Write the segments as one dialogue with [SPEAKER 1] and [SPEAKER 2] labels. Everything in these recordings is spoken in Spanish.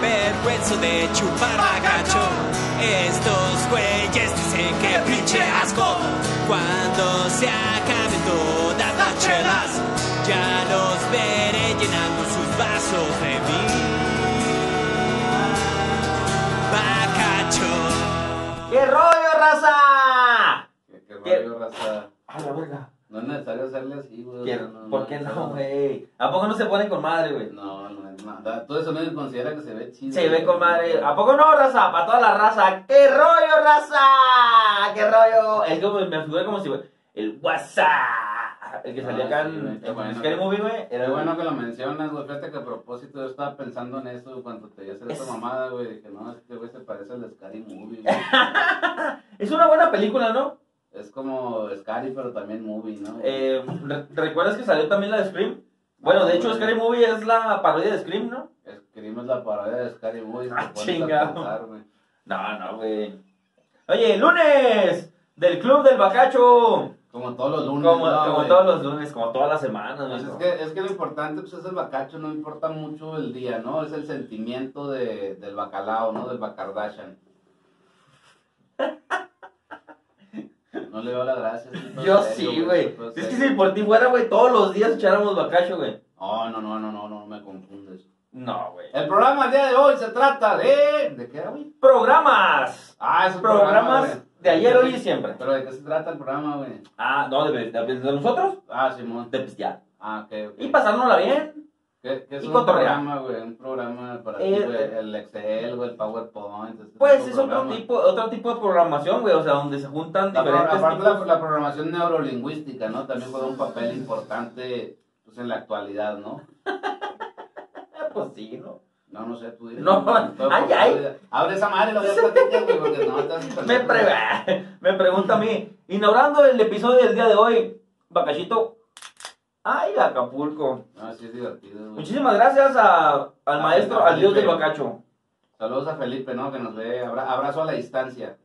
[SPEAKER 1] vergüenzo de chupar gacho Estos güeyes dicen que pinche asco. Cuando se acaben todas las chelas, ya los veré llenando sus vasos de mí. Bacacho.
[SPEAKER 2] ¡Qué rollo, raza!
[SPEAKER 3] Que, que
[SPEAKER 2] ¿Qué?
[SPEAKER 3] rollo, raza.
[SPEAKER 2] A la verga.
[SPEAKER 3] No es necesario hacerle así, güey. o
[SPEAKER 2] ¿Qué-
[SPEAKER 3] sea, no-
[SPEAKER 2] ¿Por qué no, güey? ¿A poco no se ponen con madre, güey?
[SPEAKER 3] No, no es nada. Todo eso me considera que se ve chido.
[SPEAKER 2] Se ve
[SPEAKER 3] güey.
[SPEAKER 2] con madre. ¿A poco no, raza? Para toda la raza. ¡Qué rollo, raza! ¡Qué rollo! Es como me figuré como si fue el WhatsApp. El que
[SPEAKER 3] Ah,
[SPEAKER 2] salía acá
[SPEAKER 3] sí,
[SPEAKER 2] en,
[SPEAKER 3] güey, qué
[SPEAKER 2] en
[SPEAKER 3] bueno.
[SPEAKER 2] Scary Movie, güey. Era
[SPEAKER 3] Qué bueno
[SPEAKER 2] bueno.
[SPEAKER 3] que lo mencionas, güey. Fíjate que a propósito yo estaba pensando en eso cuando te iba a hacer esa
[SPEAKER 2] Es-
[SPEAKER 3] mamada, güey. Que no, este güey se parece al Scary Movie, güey.
[SPEAKER 2] Es una buena película, ¿no?
[SPEAKER 3] Es como Scary, pero también Movie, ¿no?
[SPEAKER 2] Eh, re- ¿Recuerdas que salió también la de Scream? Bueno, de hecho,
[SPEAKER 3] güey.
[SPEAKER 2] Scary Movie es la parodia de Scream, ¿no?
[SPEAKER 3] Escribimos la parodia de Scary Movie. y te
[SPEAKER 2] Ah,
[SPEAKER 3] pones a
[SPEAKER 2] chingado.
[SPEAKER 3] pensar, güey.
[SPEAKER 2] No, no, güey. Oye, lunes del Club del Bacacho.
[SPEAKER 3] Como todos los lunes,
[SPEAKER 2] Como,
[SPEAKER 3] ¿no,
[SPEAKER 2] como
[SPEAKER 3] güey?
[SPEAKER 2] todos los lunes, como todas las semanas.
[SPEAKER 3] Pues es,
[SPEAKER 2] güey.
[SPEAKER 3] que, es que lo importante pues, es el bacacho, no importa mucho el día, ¿no? Es el sentimiento de, del bacalao, ¿no? Del bacardashan. No le veo la gracia. es un
[SPEAKER 2] Yo
[SPEAKER 3] serio,
[SPEAKER 2] sí, güey. eh.
[SPEAKER 3] pues,
[SPEAKER 2] Es que
[SPEAKER 3] serio.
[SPEAKER 2] si por ti fuera, güey, todos los días echáramos Bacacho, güey.
[SPEAKER 3] No, no, no, no, no, no me confundes.
[SPEAKER 2] No, güey.
[SPEAKER 3] El programa del día de hoy se trata de... ¿De qué, güey?
[SPEAKER 2] Programas.
[SPEAKER 3] Ah, es un programa,
[SPEAKER 2] Programas
[SPEAKER 3] güey.
[SPEAKER 2] de ayer, hoy y siempre.
[SPEAKER 3] ¿Pero de qué se trata el programa, güey?
[SPEAKER 2] Ah, no, de, de, de nosotros,
[SPEAKER 3] Ah, Simón.
[SPEAKER 2] de pues, pistear.
[SPEAKER 3] Ah, ok, ok.
[SPEAKER 2] Y pasárnosla bien.
[SPEAKER 3] ¿Qué, qué es
[SPEAKER 2] Y
[SPEAKER 3] un
[SPEAKER 2] cotorrear.
[SPEAKER 3] programa, güey? Un programa para ti,
[SPEAKER 2] Eh,
[SPEAKER 3] güey.
[SPEAKER 2] eh.
[SPEAKER 3] El Excel, güey, el PowerPoint. este
[SPEAKER 2] Pues
[SPEAKER 3] tipo de
[SPEAKER 2] es otro
[SPEAKER 3] programa.
[SPEAKER 2] tipo, otro tipo de programación, güey. O sea, donde se juntan
[SPEAKER 3] La pro-
[SPEAKER 2] diferentes
[SPEAKER 3] aparte, la,
[SPEAKER 2] tipos.
[SPEAKER 3] la programación neurolingüística, ¿no? También juega un papel importante pues, en la actualidad, ¿no?
[SPEAKER 2] Ah, Pues sí, ¿no?
[SPEAKER 3] No, no sé, tú dices.
[SPEAKER 2] No,
[SPEAKER 3] Todo
[SPEAKER 2] ay,
[SPEAKER 3] por-
[SPEAKER 2] ay.
[SPEAKER 3] Abre esa madre y lo voy a platicar, güey, porque no estás.
[SPEAKER 2] Me, pre me pregunta a mí, inaugurando el episodio del día de hoy, Bacachito. Ay, Acapulco.
[SPEAKER 3] No, sí es divertido, güey.
[SPEAKER 2] Muchísimas gracias a- al
[SPEAKER 3] Ah,
[SPEAKER 2] maestro,
[SPEAKER 3] Felipe.
[SPEAKER 2] al dios del Bacacho.
[SPEAKER 3] Saludos a Felipe, ¿no? Que nos ve. Abra- abrazo a la distancia.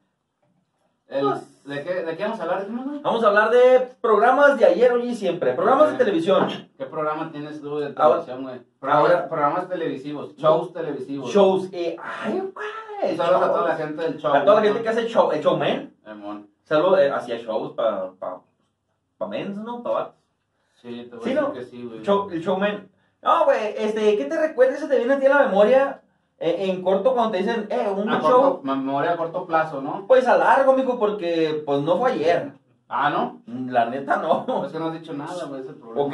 [SPEAKER 3] El-
[SPEAKER 2] Pues-
[SPEAKER 3] ¿de, qué, ¿De qué vamos a hablar? Dijimos, güey?
[SPEAKER 2] Vamos a hablar de programas de ayer, hoy y siempre. Programas de
[SPEAKER 3] Ok.
[SPEAKER 2] televisión,
[SPEAKER 3] ¿Qué programa tienes tú de
[SPEAKER 2] Ahora-
[SPEAKER 3] televisión, güey?
[SPEAKER 2] ahora-
[SPEAKER 3] Programas, programas televisivos, shows televisivos.
[SPEAKER 2] shows. eh, ay, güey.
[SPEAKER 3] Saludos a
[SPEAKER 2] shows.
[SPEAKER 3] toda la gente del show.
[SPEAKER 2] A toda la gente que hace show, el showman.
[SPEAKER 3] que... Simón.
[SPEAKER 2] Saludos, eh, hacía shows para pa, pa mens, ¿no? Pa vatos.
[SPEAKER 3] Sí, te voy
[SPEAKER 2] Sí,
[SPEAKER 3] a decir
[SPEAKER 2] ¿no?
[SPEAKER 3] que sí, güey.
[SPEAKER 2] Show- el showman. No, güey, este, ¿qué te recuerda? ¿Se te viene a ti a la memoria eh, en corto cuando te dicen, eh, un
[SPEAKER 3] A
[SPEAKER 2] show?
[SPEAKER 3] Ah, corto, memoria a corto plazo, ¿no?
[SPEAKER 2] Pues a largo, mijo, porque pues no fue ayer.
[SPEAKER 3] Ah, ¿no?
[SPEAKER 2] La neta no.
[SPEAKER 3] Es que no has dicho nada, güey, ese problema.
[SPEAKER 2] Ok,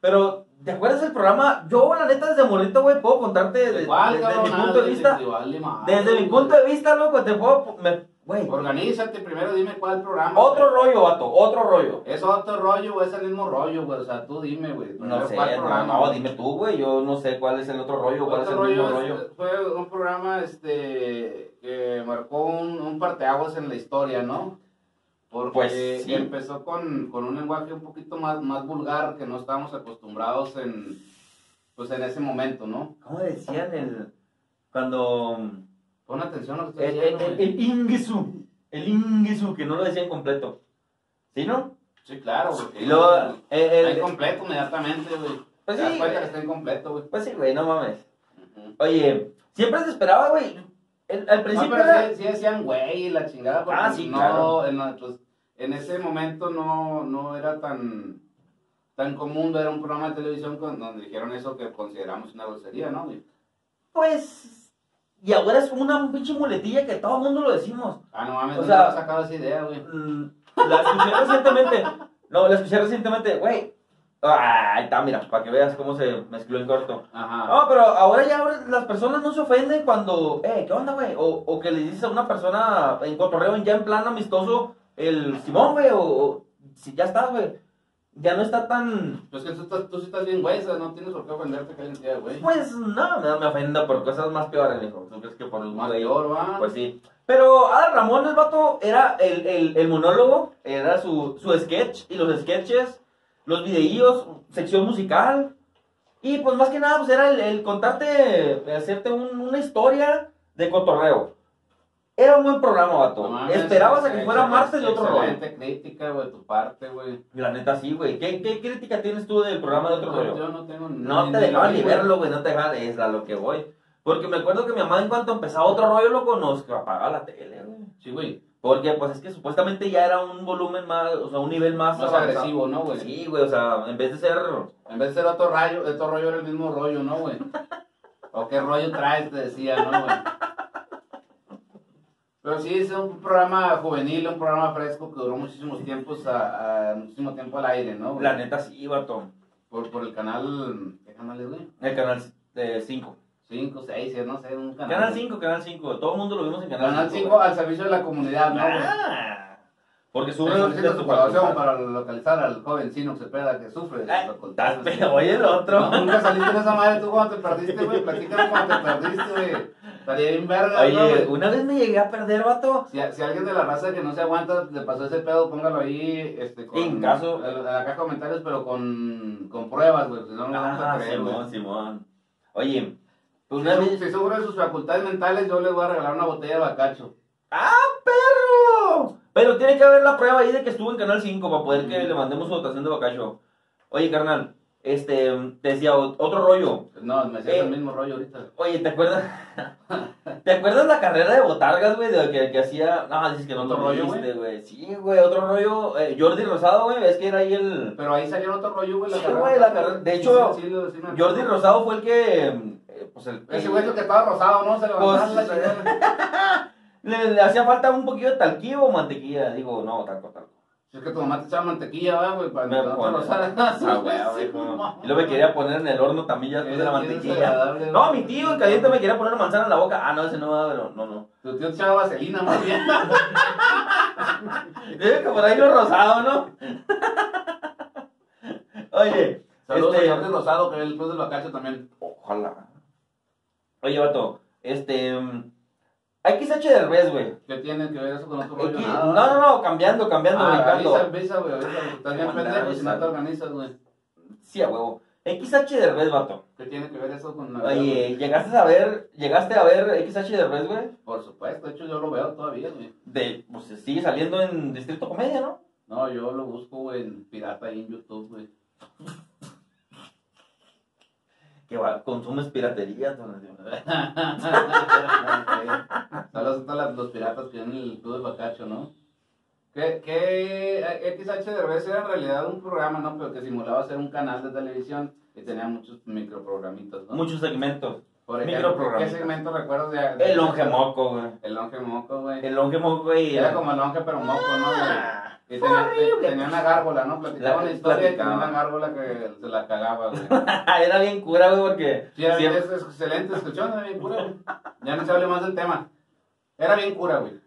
[SPEAKER 2] pero ¿te acuerdas del programa? Yo, la neta, desde morrito, güey, puedo contarte
[SPEAKER 3] ¿De
[SPEAKER 2] desde,
[SPEAKER 3] cuál,
[SPEAKER 2] desde
[SPEAKER 3] cabrón?
[SPEAKER 2] mi
[SPEAKER 3] Nada,
[SPEAKER 2] punto de
[SPEAKER 3] güey,
[SPEAKER 2] vista.
[SPEAKER 3] te vale madre,
[SPEAKER 2] Desde mi
[SPEAKER 3] ah, güey.
[SPEAKER 2] punto de vista, loco, te puedo... me- Güey,
[SPEAKER 3] Organízate primero, dime cuál programa.
[SPEAKER 2] otro
[SPEAKER 3] güey.
[SPEAKER 2] rollo, vato, otro rollo.
[SPEAKER 3] ¿Es otro rollo o es el mismo rollo, güey? O sea, tú dime, güey.
[SPEAKER 2] No
[SPEAKER 3] Primero,
[SPEAKER 2] sé,
[SPEAKER 3] ¿cuál
[SPEAKER 2] no,
[SPEAKER 3] programa,
[SPEAKER 2] no,
[SPEAKER 3] güey?
[SPEAKER 2] dime tú, güey, yo no sé cuál es el otro rollo, cuál es el
[SPEAKER 3] Otro
[SPEAKER 2] mismo
[SPEAKER 3] rollo
[SPEAKER 2] rollo.
[SPEAKER 3] es- Fue un programa este, que marcó un, un parteaguas en la historia, ¿no? Porque
[SPEAKER 2] Pues, sí.
[SPEAKER 3] empezó con, con un lenguaje un poquito más, más vulgar que no estábamos acostumbrados en, pues, en ese momento, ¿no?
[SPEAKER 2] ¿Cómo decían el... cuando...
[SPEAKER 3] Pon atención a lo que
[SPEAKER 2] El,
[SPEAKER 3] estoy
[SPEAKER 2] el, el,
[SPEAKER 3] diciendo, Pues güey.
[SPEAKER 2] el inguisu, el inguisu, que no lo decían completo. ¿Sí, no?
[SPEAKER 3] Sí, claro, güey.
[SPEAKER 2] Y luego... eh, el-
[SPEAKER 3] Está incompleto inmediatamente, güey.
[SPEAKER 2] Pues
[SPEAKER 3] Te das
[SPEAKER 2] sí,
[SPEAKER 3] cuenta
[SPEAKER 2] güey.
[SPEAKER 3] que está incompleto, güey.
[SPEAKER 2] Pues sí, güey, no mames.
[SPEAKER 3] Ujú.
[SPEAKER 2] Oye, siempre se esperaba, güey. El- Al
[SPEAKER 3] No,
[SPEAKER 2] principio era-
[SPEAKER 3] Ah, pero sí, sí decían güey y la chingada, porque
[SPEAKER 2] Ah, sí,
[SPEAKER 3] no,
[SPEAKER 2] claro.
[SPEAKER 3] en, la- pues, en ese momento no, no era tan, tan común ver un programa de televisión con, donde dijeron eso que consideramos una grosería, ¿no? güey?
[SPEAKER 2] pues. Y ahora es como una pinche muletilla que todo el mundo lo decimos.
[SPEAKER 3] Ah, no mames,
[SPEAKER 2] O
[SPEAKER 3] ¿dónde
[SPEAKER 2] sea-
[SPEAKER 3] has sacado esa idea, güey?
[SPEAKER 2] Mm, La escuché recientemente. No, la escuché recientemente, güey. Ah, Ahí está, mira, para que veas cómo se mezcló el corto.
[SPEAKER 3] Ajá.
[SPEAKER 2] No, pero ahora ya las personas no se ofenden cuando, eh, ¿qué onda, güey? O, o que le dices a una persona en cotorreo, ya en plan amistoso, el Simón, güey, o, o si ya estás, güey. Ya no está tan
[SPEAKER 3] Pues que tú, estás, tú sí estás bien güey, o sea, no tienes por qué ofenderte que alguien te diga güey.
[SPEAKER 2] Pues no, no me ofenda por cosas más peores, mijo. ¿Tú crees que por un
[SPEAKER 3] Más
[SPEAKER 2] güey?
[SPEAKER 3] peor, va.
[SPEAKER 2] Pues sí. Pero Adam Ramón, el vato, era el, el, el monólogo, era su, su sketch y los sketches, los videíos, sección musical. Y pues más que nada, pues era el, el contarte, hacerte un- una historia de cotorreo. Era un buen programa, vato.
[SPEAKER 3] No mames,
[SPEAKER 2] pues, Esperabas a que
[SPEAKER 3] ex-
[SPEAKER 2] fuera
[SPEAKER 3] ex-
[SPEAKER 2] martes de otro rollo.
[SPEAKER 3] Excelente crítica, güey, tu parte, güey.
[SPEAKER 2] La neta, sí, güey. ¿Qué, ¿Qué crítica tienes tú del programa de otro rollo?
[SPEAKER 3] Pues Yo no tengo ni-
[SPEAKER 2] No te
[SPEAKER 3] ni- ni-
[SPEAKER 2] dejaban ni
[SPEAKER 3] güey.
[SPEAKER 2] verlo, güey, no te dejaban, es a lo que voy. Porque me acuerdo que mi mamá en cuanto empezaba otro rollo loco nos apagaba la tele, güey.
[SPEAKER 3] Sí, güey.
[SPEAKER 2] Porque pues es que supuestamente ya era un volumen más, o sea, un nivel más,
[SPEAKER 3] Más
[SPEAKER 2] avanzado.
[SPEAKER 3] agresivo, ¿no, güey?
[SPEAKER 2] Sí, güey, o sea, en vez de ser...
[SPEAKER 3] En vez de ser otro rayo, otro rollo era el mismo rollo, ¿no, güey? O qué rollo traes, te decía, ¿no, güey? Pero sí, es un programa juvenil, un programa fresco que duró muchísimos tiempos a, a- muchísimo tiempo al aire, ¿no? güey?
[SPEAKER 2] La neta sí, vato.
[SPEAKER 3] Por, por el canal, ¿qué canal es, güey?
[SPEAKER 2] El canal 5.
[SPEAKER 3] 5, 6, no sé, un canal.
[SPEAKER 2] Canal 5, Canal 5. Todo el mundo lo vimos en Canal 5.
[SPEAKER 3] Canal 5 al servicio de la comunidad, ¿no, güey?
[SPEAKER 2] Ah, porque
[SPEAKER 3] Su
[SPEAKER 2] sube
[SPEAKER 3] de su colaboración para localizar al joven Sino Cepeda que sufre de
[SPEAKER 2] Ah, Estás
[SPEAKER 3] facultades.
[SPEAKER 2] pero oye el otro.
[SPEAKER 3] No, nunca saliste de esa madre tú cuando te perdiste, güey. Platícanos cuando te perdiste, güey. Estaría bien verga, ¿no,
[SPEAKER 2] Oye,
[SPEAKER 3] güey?
[SPEAKER 2] una vez me llegué a perder, vato.
[SPEAKER 3] Si, si alguien de la raza que no se aguanta le pasó ese pedo, póngalo ahí, este, con...
[SPEAKER 2] En caso-
[SPEAKER 3] a la- a la caja de comentarios, pero con, con pruebas, güey. Si no, no lo vamos a
[SPEAKER 2] Ah,
[SPEAKER 3] creer, güey.
[SPEAKER 2] Simón, Simón. Oye, pues una
[SPEAKER 3] Si,
[SPEAKER 2] vez.
[SPEAKER 3] si sufre de sus facultades mentales, yo les voy a regalar una botella de bacacho.
[SPEAKER 2] ¡Ah, perro! Pero tiene que haber la prueba ahí de que estuvo en Canal 5 para poder que le mandemos su votación de Bacacho. Oye, carnal, este, te decía o- otro rollo.
[SPEAKER 3] No, me siento
[SPEAKER 2] Eh.
[SPEAKER 3] el mismo rollo ahorita.
[SPEAKER 2] Oye, ¿te acuerdas? ¿Te acuerdas la carrera de Botargas, güey? De que, que hacía. No, dices que no
[SPEAKER 3] ¿Otro
[SPEAKER 2] lo
[SPEAKER 3] rollo, güey?
[SPEAKER 2] viste, güey. Sí, güey, otro rollo. eh, Jordi Rosado, güey, es que era ahí el.
[SPEAKER 3] Pero ahí salió otro rollo, güey.
[SPEAKER 2] Sí, güey, la carrera- de hecho,
[SPEAKER 3] lo- sí me acuerdo.
[SPEAKER 2] Jordi Rosado fue el que. eh, Pues el.
[SPEAKER 3] Ese güey es el que estaba rosado, ¿no? Se levantaba
[SPEAKER 2] Pues,
[SPEAKER 3] la chingada.
[SPEAKER 2] Le, le hacía falta un poquito de talquillo o mantequilla. Digo, no, talco, talco.
[SPEAKER 3] Si es que tu mamá te echaba mantequilla, ¿verdad, güey, para
[SPEAKER 2] Me
[SPEAKER 3] no te
[SPEAKER 2] pone-
[SPEAKER 3] rosara.
[SPEAKER 2] Ah, güey, ah, güey, como- Y luego me quería poner en el horno también ya después de la
[SPEAKER 3] Eres bien
[SPEAKER 2] mantequilla.
[SPEAKER 3] desagradable,
[SPEAKER 2] No,
[SPEAKER 3] güey.
[SPEAKER 2] mi tío, el caliente me quería poner una manzana en la boca. Ah, no, ese no va, pero no, no.
[SPEAKER 3] Tu tío te echaba vaselina, más bien.
[SPEAKER 2] Debe que por ahí lo rosado, ¿no? Oye,
[SPEAKER 3] Saludos
[SPEAKER 2] este-
[SPEAKER 3] a Jordi Rosado, que es el club del bacacho también.
[SPEAKER 2] Ojalá. Oye, vato, este. mm, Hay que de Derbez, güey.
[SPEAKER 3] ¿Qué tiene que ver eso con otro rollo?
[SPEAKER 2] Aquí- No, no, no, cambiando, cambiando,
[SPEAKER 3] Ah,
[SPEAKER 2] brincando.
[SPEAKER 3] avisa, avisa, güey, avisa, porque estás bien
[SPEAKER 2] Mandar
[SPEAKER 3] pendejo si no
[SPEAKER 2] avisar.
[SPEAKER 3] te organizas, güey.
[SPEAKER 2] Sí, a huevo. XH Derbez, vato.
[SPEAKER 3] ¿Qué tiene que ver eso con la
[SPEAKER 2] Oye, llegaste a ver, llegaste a ver XH Derbez, güey.
[SPEAKER 3] Por supuesto, de hecho yo lo veo todavía, güey.
[SPEAKER 2] De, pues sigue saliendo en Distrito Comedia, ¿no?
[SPEAKER 3] No, yo lo busco, güey, en pirata ahí en YouTube, güey.
[SPEAKER 2] Que va, consumes piratería. don-
[SPEAKER 3] Saludos a todos las- los piratas que vienen en el club de Bacacho, ¿no? Que, que eh, XH Derbez era en realidad un programa, ¿no? Pero que simulaba ser un canal de televisión y tenía muchos microprogramitos, ¿no?
[SPEAKER 2] Muchos segmentos.
[SPEAKER 3] Por ejemplo, ¿qué
[SPEAKER 2] microprogramitas.
[SPEAKER 3] segmento recuerdas de...? de-
[SPEAKER 2] El longe moco, güey.
[SPEAKER 3] El longe moco, güey.
[SPEAKER 2] El longe moco, güey.
[SPEAKER 3] Era como el longe, pero moco, ¿no? güey?
[SPEAKER 2] Ah,
[SPEAKER 3] Y
[SPEAKER 2] fue
[SPEAKER 3] tenía, te-
[SPEAKER 2] horrible.
[SPEAKER 3] tenía una gárgola, ¿no? Platicaba
[SPEAKER 2] La-
[SPEAKER 3] una historia y tenía
[SPEAKER 2] platicaba.
[SPEAKER 3] una gárgola que se la cagaba, güey.
[SPEAKER 2] Era bien cura, güey, porque.
[SPEAKER 3] Sí, era bien,
[SPEAKER 2] siempre-
[SPEAKER 3] es es excelente, escuchó, era bien cura, güey. Ya no se hable más del tema. Era bien cura, güey.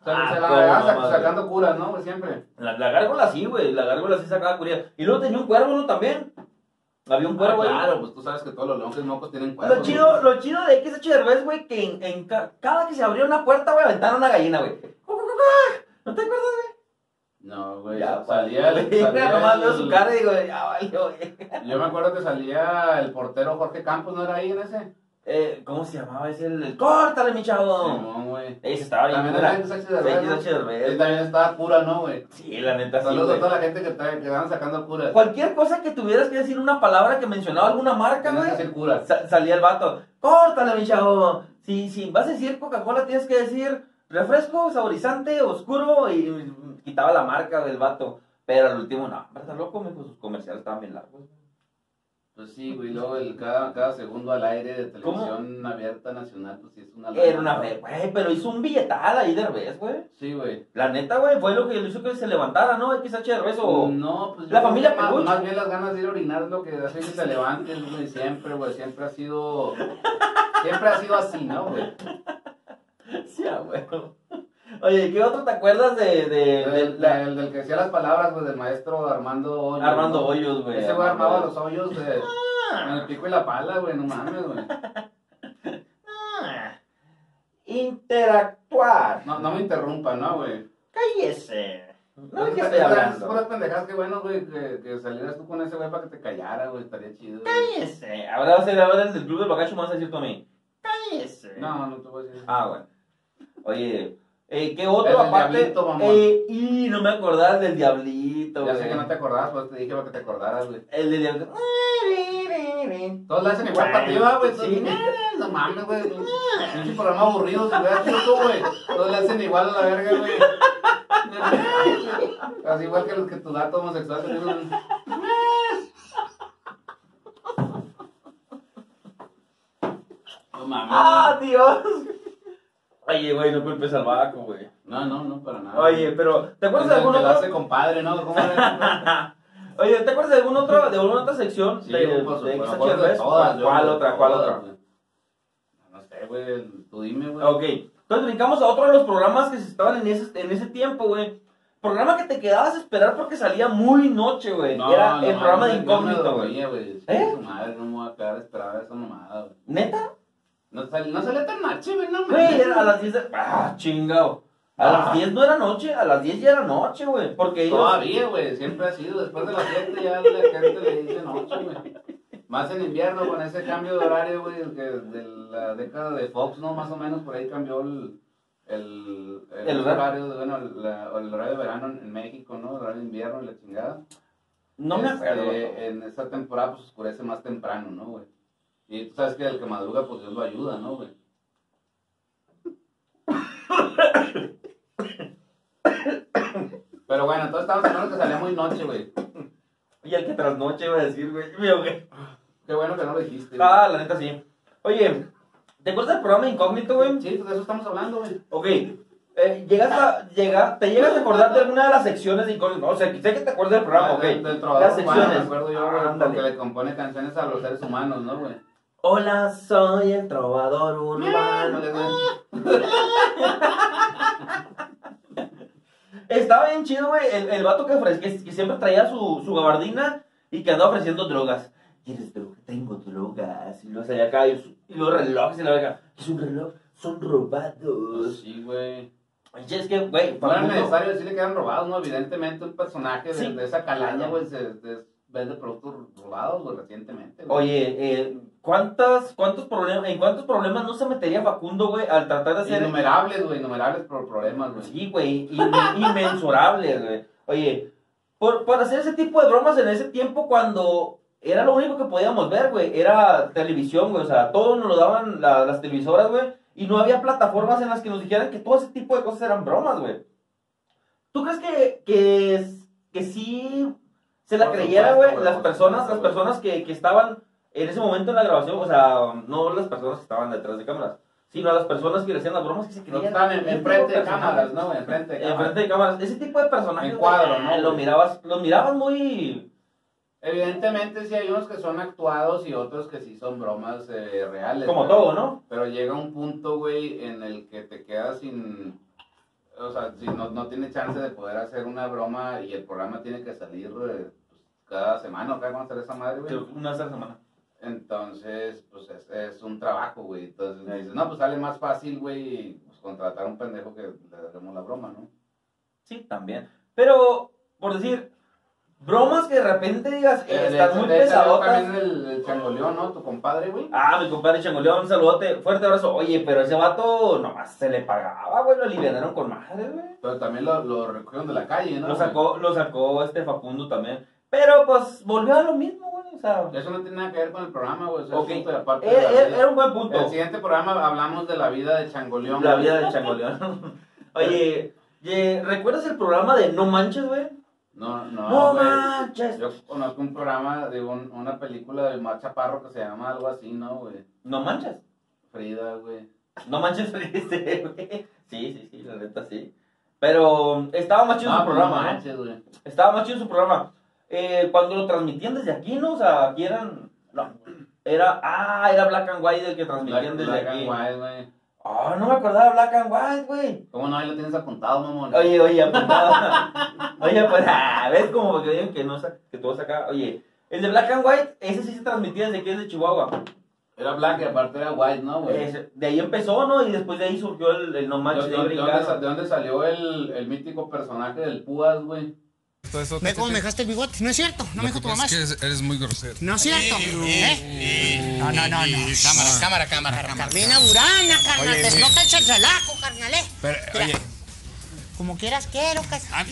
[SPEAKER 3] O sea,
[SPEAKER 2] Ah,
[SPEAKER 3] se la
[SPEAKER 2] cómo
[SPEAKER 3] regaba
[SPEAKER 2] no, madre.
[SPEAKER 3] sacando curas, ¿no? Güey, siempre.
[SPEAKER 2] La, la gárgola sí, güey. La gárgola sí sacaba curia. Y luego tenía un cuervo, ¿no? También. Había un cuervo. ahí.
[SPEAKER 3] claro, pues tú sabes que todos los longes mocos tienen cuervos.
[SPEAKER 2] Lo chido, lo chido de XH Derbez, güey, que en, en ca- cada que se abría una puerta, güey, aventaron una gallina, güey. ¿No te acuerdas, güey?
[SPEAKER 3] No, güey.
[SPEAKER 2] Ya,
[SPEAKER 3] salía el.
[SPEAKER 2] güey.
[SPEAKER 3] salía
[SPEAKER 2] Nomás veo
[SPEAKER 3] el-
[SPEAKER 2] su cara y digo, ya valió, güey.
[SPEAKER 3] Yo me acuerdo que salía el portero Jorge Campos, ¿no era ahí en ese?
[SPEAKER 2] Eh, ¿Cómo se llamaba ese? El, el- ¡Córtale, mi chavo!
[SPEAKER 3] Simón, güey.
[SPEAKER 2] Ese estaba bien.
[SPEAKER 3] También
[SPEAKER 2] cura.
[SPEAKER 3] era XH Derbez, ¿no?
[SPEAKER 2] XH Derbez.
[SPEAKER 3] Él también estaba cura, ¿no, güey?
[SPEAKER 2] Sí, la neta, sí,
[SPEAKER 3] Saludos a
[SPEAKER 2] güey.
[SPEAKER 3] toda la gente que, está, que van sacando curas.
[SPEAKER 2] Cualquier cosa que tuvieras que decir una palabra que mencionaba alguna marca,
[SPEAKER 3] Tienes que
[SPEAKER 2] güey.
[SPEAKER 3] hacer curas.
[SPEAKER 2] Sa- salía el vato, córtale, mi chavo. Si, si vas a decir Coca-Cola, tienes que decir refresco, saborizante, oscuro. Y mm, quitaba la marca del vato. Pero al último, no, hombre, está loco, mijo, sus comerciales estaban bien largos.
[SPEAKER 3] Pues sí, güey, luego el cada, cada segundo al aire de televisión abierta nacional, pues sí es una...
[SPEAKER 2] Era una
[SPEAKER 3] fe.
[SPEAKER 2] fe, güey, pero hizo un billetal ahí de revés, güey.
[SPEAKER 3] Sí, güey.
[SPEAKER 2] La neta, güey, fue lo que le hizo que se levantara, ¿no? XH de revés o.
[SPEAKER 3] No, pues... yo
[SPEAKER 2] La
[SPEAKER 3] creo
[SPEAKER 2] familia
[SPEAKER 3] que más,
[SPEAKER 2] Peluche.
[SPEAKER 3] más bien las ganas de ir a orinar es lo que hace que te levantes, güey, siempre, güey, siempre ha sido... Siempre ha sido así, ¿no, güey?
[SPEAKER 2] Sí, ah, güey. Oye, ¿qué otro te acuerdas de, de, de
[SPEAKER 3] El, del-
[SPEAKER 2] la-
[SPEAKER 3] del- del que hacía las palabras, pues, del maestro Armando Hoyos.
[SPEAKER 2] Armando
[SPEAKER 3] ¿no?
[SPEAKER 2] Hoyos, güey?
[SPEAKER 3] Ese güey armaba
[SPEAKER 2] Armando
[SPEAKER 3] los hoyos de... Con el pico y la pala, güey, no mames, güey.
[SPEAKER 2] Ah, Interactuar.
[SPEAKER 3] No, no me interrumpa, ¿no, güey?
[SPEAKER 2] Cállese. No
[SPEAKER 3] Esas-
[SPEAKER 2] es que estoy
[SPEAKER 3] esas- esas
[SPEAKER 2] hablando.
[SPEAKER 3] puras pendejadas que bueno, güey, que, que salieras tú con ese güey para que te callara, güey, estaría chido. güey.
[SPEAKER 2] Cállese. Ahora va a ser ahora desde el club del bacacho, me vas a decir tú a mí. Cállese.
[SPEAKER 3] No, no te voy a decir.
[SPEAKER 2] Ah, bueno. Oye, eh, ¿qué
[SPEAKER 3] El
[SPEAKER 2] otro
[SPEAKER 3] del
[SPEAKER 2] aparte?
[SPEAKER 3] diablito, mamón.
[SPEAKER 2] Eh, y no me acordaba del diablito,
[SPEAKER 3] ya sé
[SPEAKER 2] güey.
[SPEAKER 3] que no te acordabas, pues te dije para que te acordaras, güey.
[SPEAKER 2] El del diablito. rin.
[SPEAKER 3] Todos la hacen igual para arriba, güey.
[SPEAKER 2] Sí.
[SPEAKER 3] Sí. No mames, güey. Es un programa aburrido, güey. Puto, güey. Todos la hacen igual a la verga, güey. Así igual que los que tu dato homosexual te dicen. No mames.
[SPEAKER 2] ¡Ah, Dios! Oye, güey, no culpes al vaco, güey.
[SPEAKER 3] No, no, no, para nada.
[SPEAKER 2] Oye, pero, ¿te acuerdas de
[SPEAKER 3] Es el
[SPEAKER 2] algún
[SPEAKER 3] que lo hace
[SPEAKER 2] otro?
[SPEAKER 3] compadre, ¿no? ¿Cómo era?
[SPEAKER 2] Oye, ¿te acuerdas de algún otro, de alguna otra sección?
[SPEAKER 3] Sí,
[SPEAKER 2] de,
[SPEAKER 3] por
[SPEAKER 2] de,
[SPEAKER 3] supuesto,
[SPEAKER 2] de
[SPEAKER 3] me
[SPEAKER 2] Exa
[SPEAKER 3] acuerdo de
[SPEAKER 2] Chirres?
[SPEAKER 3] todas, yo,
[SPEAKER 2] ¿Cuál
[SPEAKER 3] de
[SPEAKER 2] otra? ¿Cuál
[SPEAKER 3] todas,
[SPEAKER 2] otra?
[SPEAKER 3] güey. No sé, güey. Tú dime, güey.
[SPEAKER 2] Ok, entonces brincamos a otro de los programas que se estaban en ese, en ese tiempo, güey. Programa que te quedabas a esperar porque salía muy noche, güey. Era el programa de
[SPEAKER 3] no, no,
[SPEAKER 2] incógnito,
[SPEAKER 3] no,
[SPEAKER 2] güey.
[SPEAKER 3] no, güey.
[SPEAKER 2] ¿Eh?
[SPEAKER 3] Su madre, no me voy a quedar esperando esa mamada, güey.
[SPEAKER 2] ¿Neta?
[SPEAKER 3] No sale, no sale tan noche, güey, no
[SPEAKER 2] Güey, era a las 10 de... ¡Ah, chingado! A
[SPEAKER 3] Ah.
[SPEAKER 2] las 10 no era noche, a las 10 ya era noche, güey. Porque ellos...
[SPEAKER 3] Todavía, güey, siempre ha sido. Después de las 7 ya la gente le dice noche, güey. Más en invierno con ese cambio de horario, güey, que de la década de Fox, ¿no? Más o menos por ahí cambió el, el, el,
[SPEAKER 2] ¿El horario?
[SPEAKER 3] horario, de- bueno, la- el horario de verano en en México, ¿no? El horario de invierno y la chingada.
[SPEAKER 2] No me
[SPEAKER 3] Este,
[SPEAKER 2] acuerdo.
[SPEAKER 3] en esta temporada, pues oscurece más temprano, ¿no, güey? Y tú sabes que el que madruga, pues Dios lo ayuda, ¿no, güey? Pero bueno, entonces estamos hablando que salía muy noche, güey.
[SPEAKER 2] Y el que trasnoche iba a decir, güey. Mira, güey.
[SPEAKER 3] Qué bueno que no lo dijiste. güey.
[SPEAKER 2] Ah, la neta sí. Oye, ¿te acuerdas del programa de incógnito, güey?
[SPEAKER 3] Sí, pues de eso estamos hablando, güey.
[SPEAKER 2] Ok. eh, llegas a, llega, ¿Te llegas a acordar de alguna de las secciones de incógnito? O sea, sé que te acuerdas del programa, ok.
[SPEAKER 3] Ah, del- del
[SPEAKER 2] las
[SPEAKER 3] trovador humano,
[SPEAKER 2] secciones. Ah,
[SPEAKER 3] me acuerdo yo, güey,
[SPEAKER 2] Ándale.
[SPEAKER 3] porque le compone canciones a los seres humanos, ¿no, güey?
[SPEAKER 2] Hola, soy el trovador urbano. Estaba bien chido, güey. El, el vato que, ofre- que, que siempre traía su, su gabardina y que andaba ofreciendo drogas. ¿Quieres droga? Tengo drogas. Y luego salía acá y, su- y los relojes y la verga. Es un reloj, son robados.
[SPEAKER 3] Pues, Sí, güey.
[SPEAKER 2] Y es que, güey,
[SPEAKER 3] No era
[SPEAKER 2] Facundo-
[SPEAKER 3] necesario decirle que eran robados, ¿no? Evidentemente un personaje de,
[SPEAKER 2] Sí.
[SPEAKER 3] de esa calaña, güey, se se vende productos robados, güey, recientemente, güey.
[SPEAKER 2] Oye, eh, ¿cuántas, cuántos problemas, ¿en cuántos problemas no se metería Facundo, güey, al tratar de hacer
[SPEAKER 3] Innumerables, güey, innumerables por problemas, güey.
[SPEAKER 2] Sí, güey, inme- inmensurables, güey. Oye, por, por hacer ese tipo de bromas en ese tiempo cuando era lo único que podíamos ver, güey, era televisión, güey, o sea, todo nos lo daban la- las televisoras, güey, y no había plataformas en las que nos dijeran que todo ese tipo de cosas eran bromas, güey. ¿Tú crees que, que, es- que sí se la
[SPEAKER 3] Por
[SPEAKER 2] creyera,
[SPEAKER 3] supuesto,
[SPEAKER 2] güey,
[SPEAKER 3] güey,
[SPEAKER 2] las
[SPEAKER 3] por
[SPEAKER 2] personas, las
[SPEAKER 3] supuesto,
[SPEAKER 2] personas que, que estaban en ese momento en la grabación, o sea, no las personas que estaban detrás de cámaras, sino a las personas que le hacían las bromas que se
[SPEAKER 3] No
[SPEAKER 2] creían.
[SPEAKER 3] están en,
[SPEAKER 2] ese
[SPEAKER 3] enfrente
[SPEAKER 2] tipo
[SPEAKER 3] de
[SPEAKER 2] personajes.
[SPEAKER 3] cámaras, ¿no? güey? Enfrente de cámaras.
[SPEAKER 2] Enfrente de cámaras, ese tipo de personajes.
[SPEAKER 3] En
[SPEAKER 2] güey,
[SPEAKER 3] cuadro, ¿no,
[SPEAKER 2] Lo
[SPEAKER 3] güey?
[SPEAKER 2] mirabas, lo mirabas muy.
[SPEAKER 3] Evidentemente sí hay unos que son actuados y otros que sí son bromas eh, reales.
[SPEAKER 2] como
[SPEAKER 3] güey.
[SPEAKER 2] todo, ¿no?
[SPEAKER 3] Pero llega un punto, güey, en el que te quedas sin... O sea, si no, no tiene chance de poder hacer una broma y el programa tiene que salir eh, pues, cada semana o cada cuando sale esa madre, güey.
[SPEAKER 2] una vez a la semana.
[SPEAKER 3] Entonces, pues es, es un trabajo, güey. Entonces me dices, no, pues sale más fácil, güey, pues, contratar a un pendejo que le demos la broma, ¿no?
[SPEAKER 2] Sí, también. Pero, por decir, bromas que de repente digas, eh,
[SPEAKER 3] Eh, de
[SPEAKER 2] están
[SPEAKER 3] hecho-
[SPEAKER 2] muy
[SPEAKER 3] de hecho, salió
[SPEAKER 2] pesadotas.
[SPEAKER 3] también el, el changoleón, ¿no? Tu compadre, güey.
[SPEAKER 2] Ah, mi compadre Changoleón, un saludote, fuerte abrazo. Oye, pero ese vato nomás se le pagaba, güey, lo liberaron con madre, güey.
[SPEAKER 3] Pero también lo, lo recogieron de la calle, ¿no?
[SPEAKER 2] Lo sacó, lo sacó este Facundo también. Pero pues volvió a lo mismo, güey. O sea,
[SPEAKER 3] Eso no tiene nada que ver con el programa, güey. O sea,
[SPEAKER 2] ok.
[SPEAKER 3] es punto y aparte. de
[SPEAKER 2] Era,
[SPEAKER 3] la
[SPEAKER 2] era-
[SPEAKER 3] vida.
[SPEAKER 2] Eh, era un buen punto.
[SPEAKER 3] El siguiente programa hablamos de la vida de changoleón.
[SPEAKER 2] La
[SPEAKER 3] güey.
[SPEAKER 2] vida de Changoleón. Oye, ye- ¿recuerdas el programa de No Manches, güey?
[SPEAKER 3] No, no,
[SPEAKER 2] No,
[SPEAKER 3] güey.
[SPEAKER 2] manches.
[SPEAKER 3] Yo conozco un programa de un- una película de Mar Chaparro que se llama algo así, ¿no, güey?
[SPEAKER 2] No manches.
[SPEAKER 3] Frida, güey.
[SPEAKER 2] No manches, dice, güey. Sí, sí, sí, la neta sí. Pero estaba más chido
[SPEAKER 3] No,
[SPEAKER 2] su programa, ¿no? ¿eh?
[SPEAKER 3] manches, güey.
[SPEAKER 2] Estaba más chido su programa. Eh, cuando lo transmitían desde aquí, ¿no? O sea, aquí eran. No. Era. Ah, era Black and White el que transmitían
[SPEAKER 3] Black-
[SPEAKER 2] desde
[SPEAKER 3] Black
[SPEAKER 2] aquí.
[SPEAKER 3] and White, güey.
[SPEAKER 2] Ah, no me acordaba de Black and White, güey.
[SPEAKER 3] ¿Cómo no? Ahí lo tienes apuntado, mamón.
[SPEAKER 2] Oye, oye, apuntaba. oye, pues, ah, ¿ves como porque digo que no sa- que tú vas acá? Oye, el de Black and White, ese sí se transmitía desde aquí, desde Chihuahua.
[SPEAKER 3] Era Black y aparte era White, ¿no, güey?
[SPEAKER 2] Es- de ahí empezó, ¿no? Y después de ahí surgió el, el no
[SPEAKER 3] ¿De,
[SPEAKER 2] manches.
[SPEAKER 3] de-
[SPEAKER 2] no
[SPEAKER 3] de dónde,
[SPEAKER 2] brincas.
[SPEAKER 3] sa- de dónde salió el, el mítico personaje del Púas, güey?
[SPEAKER 4] Ve cómo me dejaste el bigote. No es cierto, no me dijo tu mamá.
[SPEAKER 5] Es que eres muy grosero.
[SPEAKER 4] No es cierto. ¿eh? No, no, no, no. Cámara, cámara, cámara, cámara. Carmina Burana, carnal. Te explota el chachalaco, carnal. eh.
[SPEAKER 5] Pero,
[SPEAKER 4] Mira,
[SPEAKER 5] oye,
[SPEAKER 4] Como quieras quiero, carnal.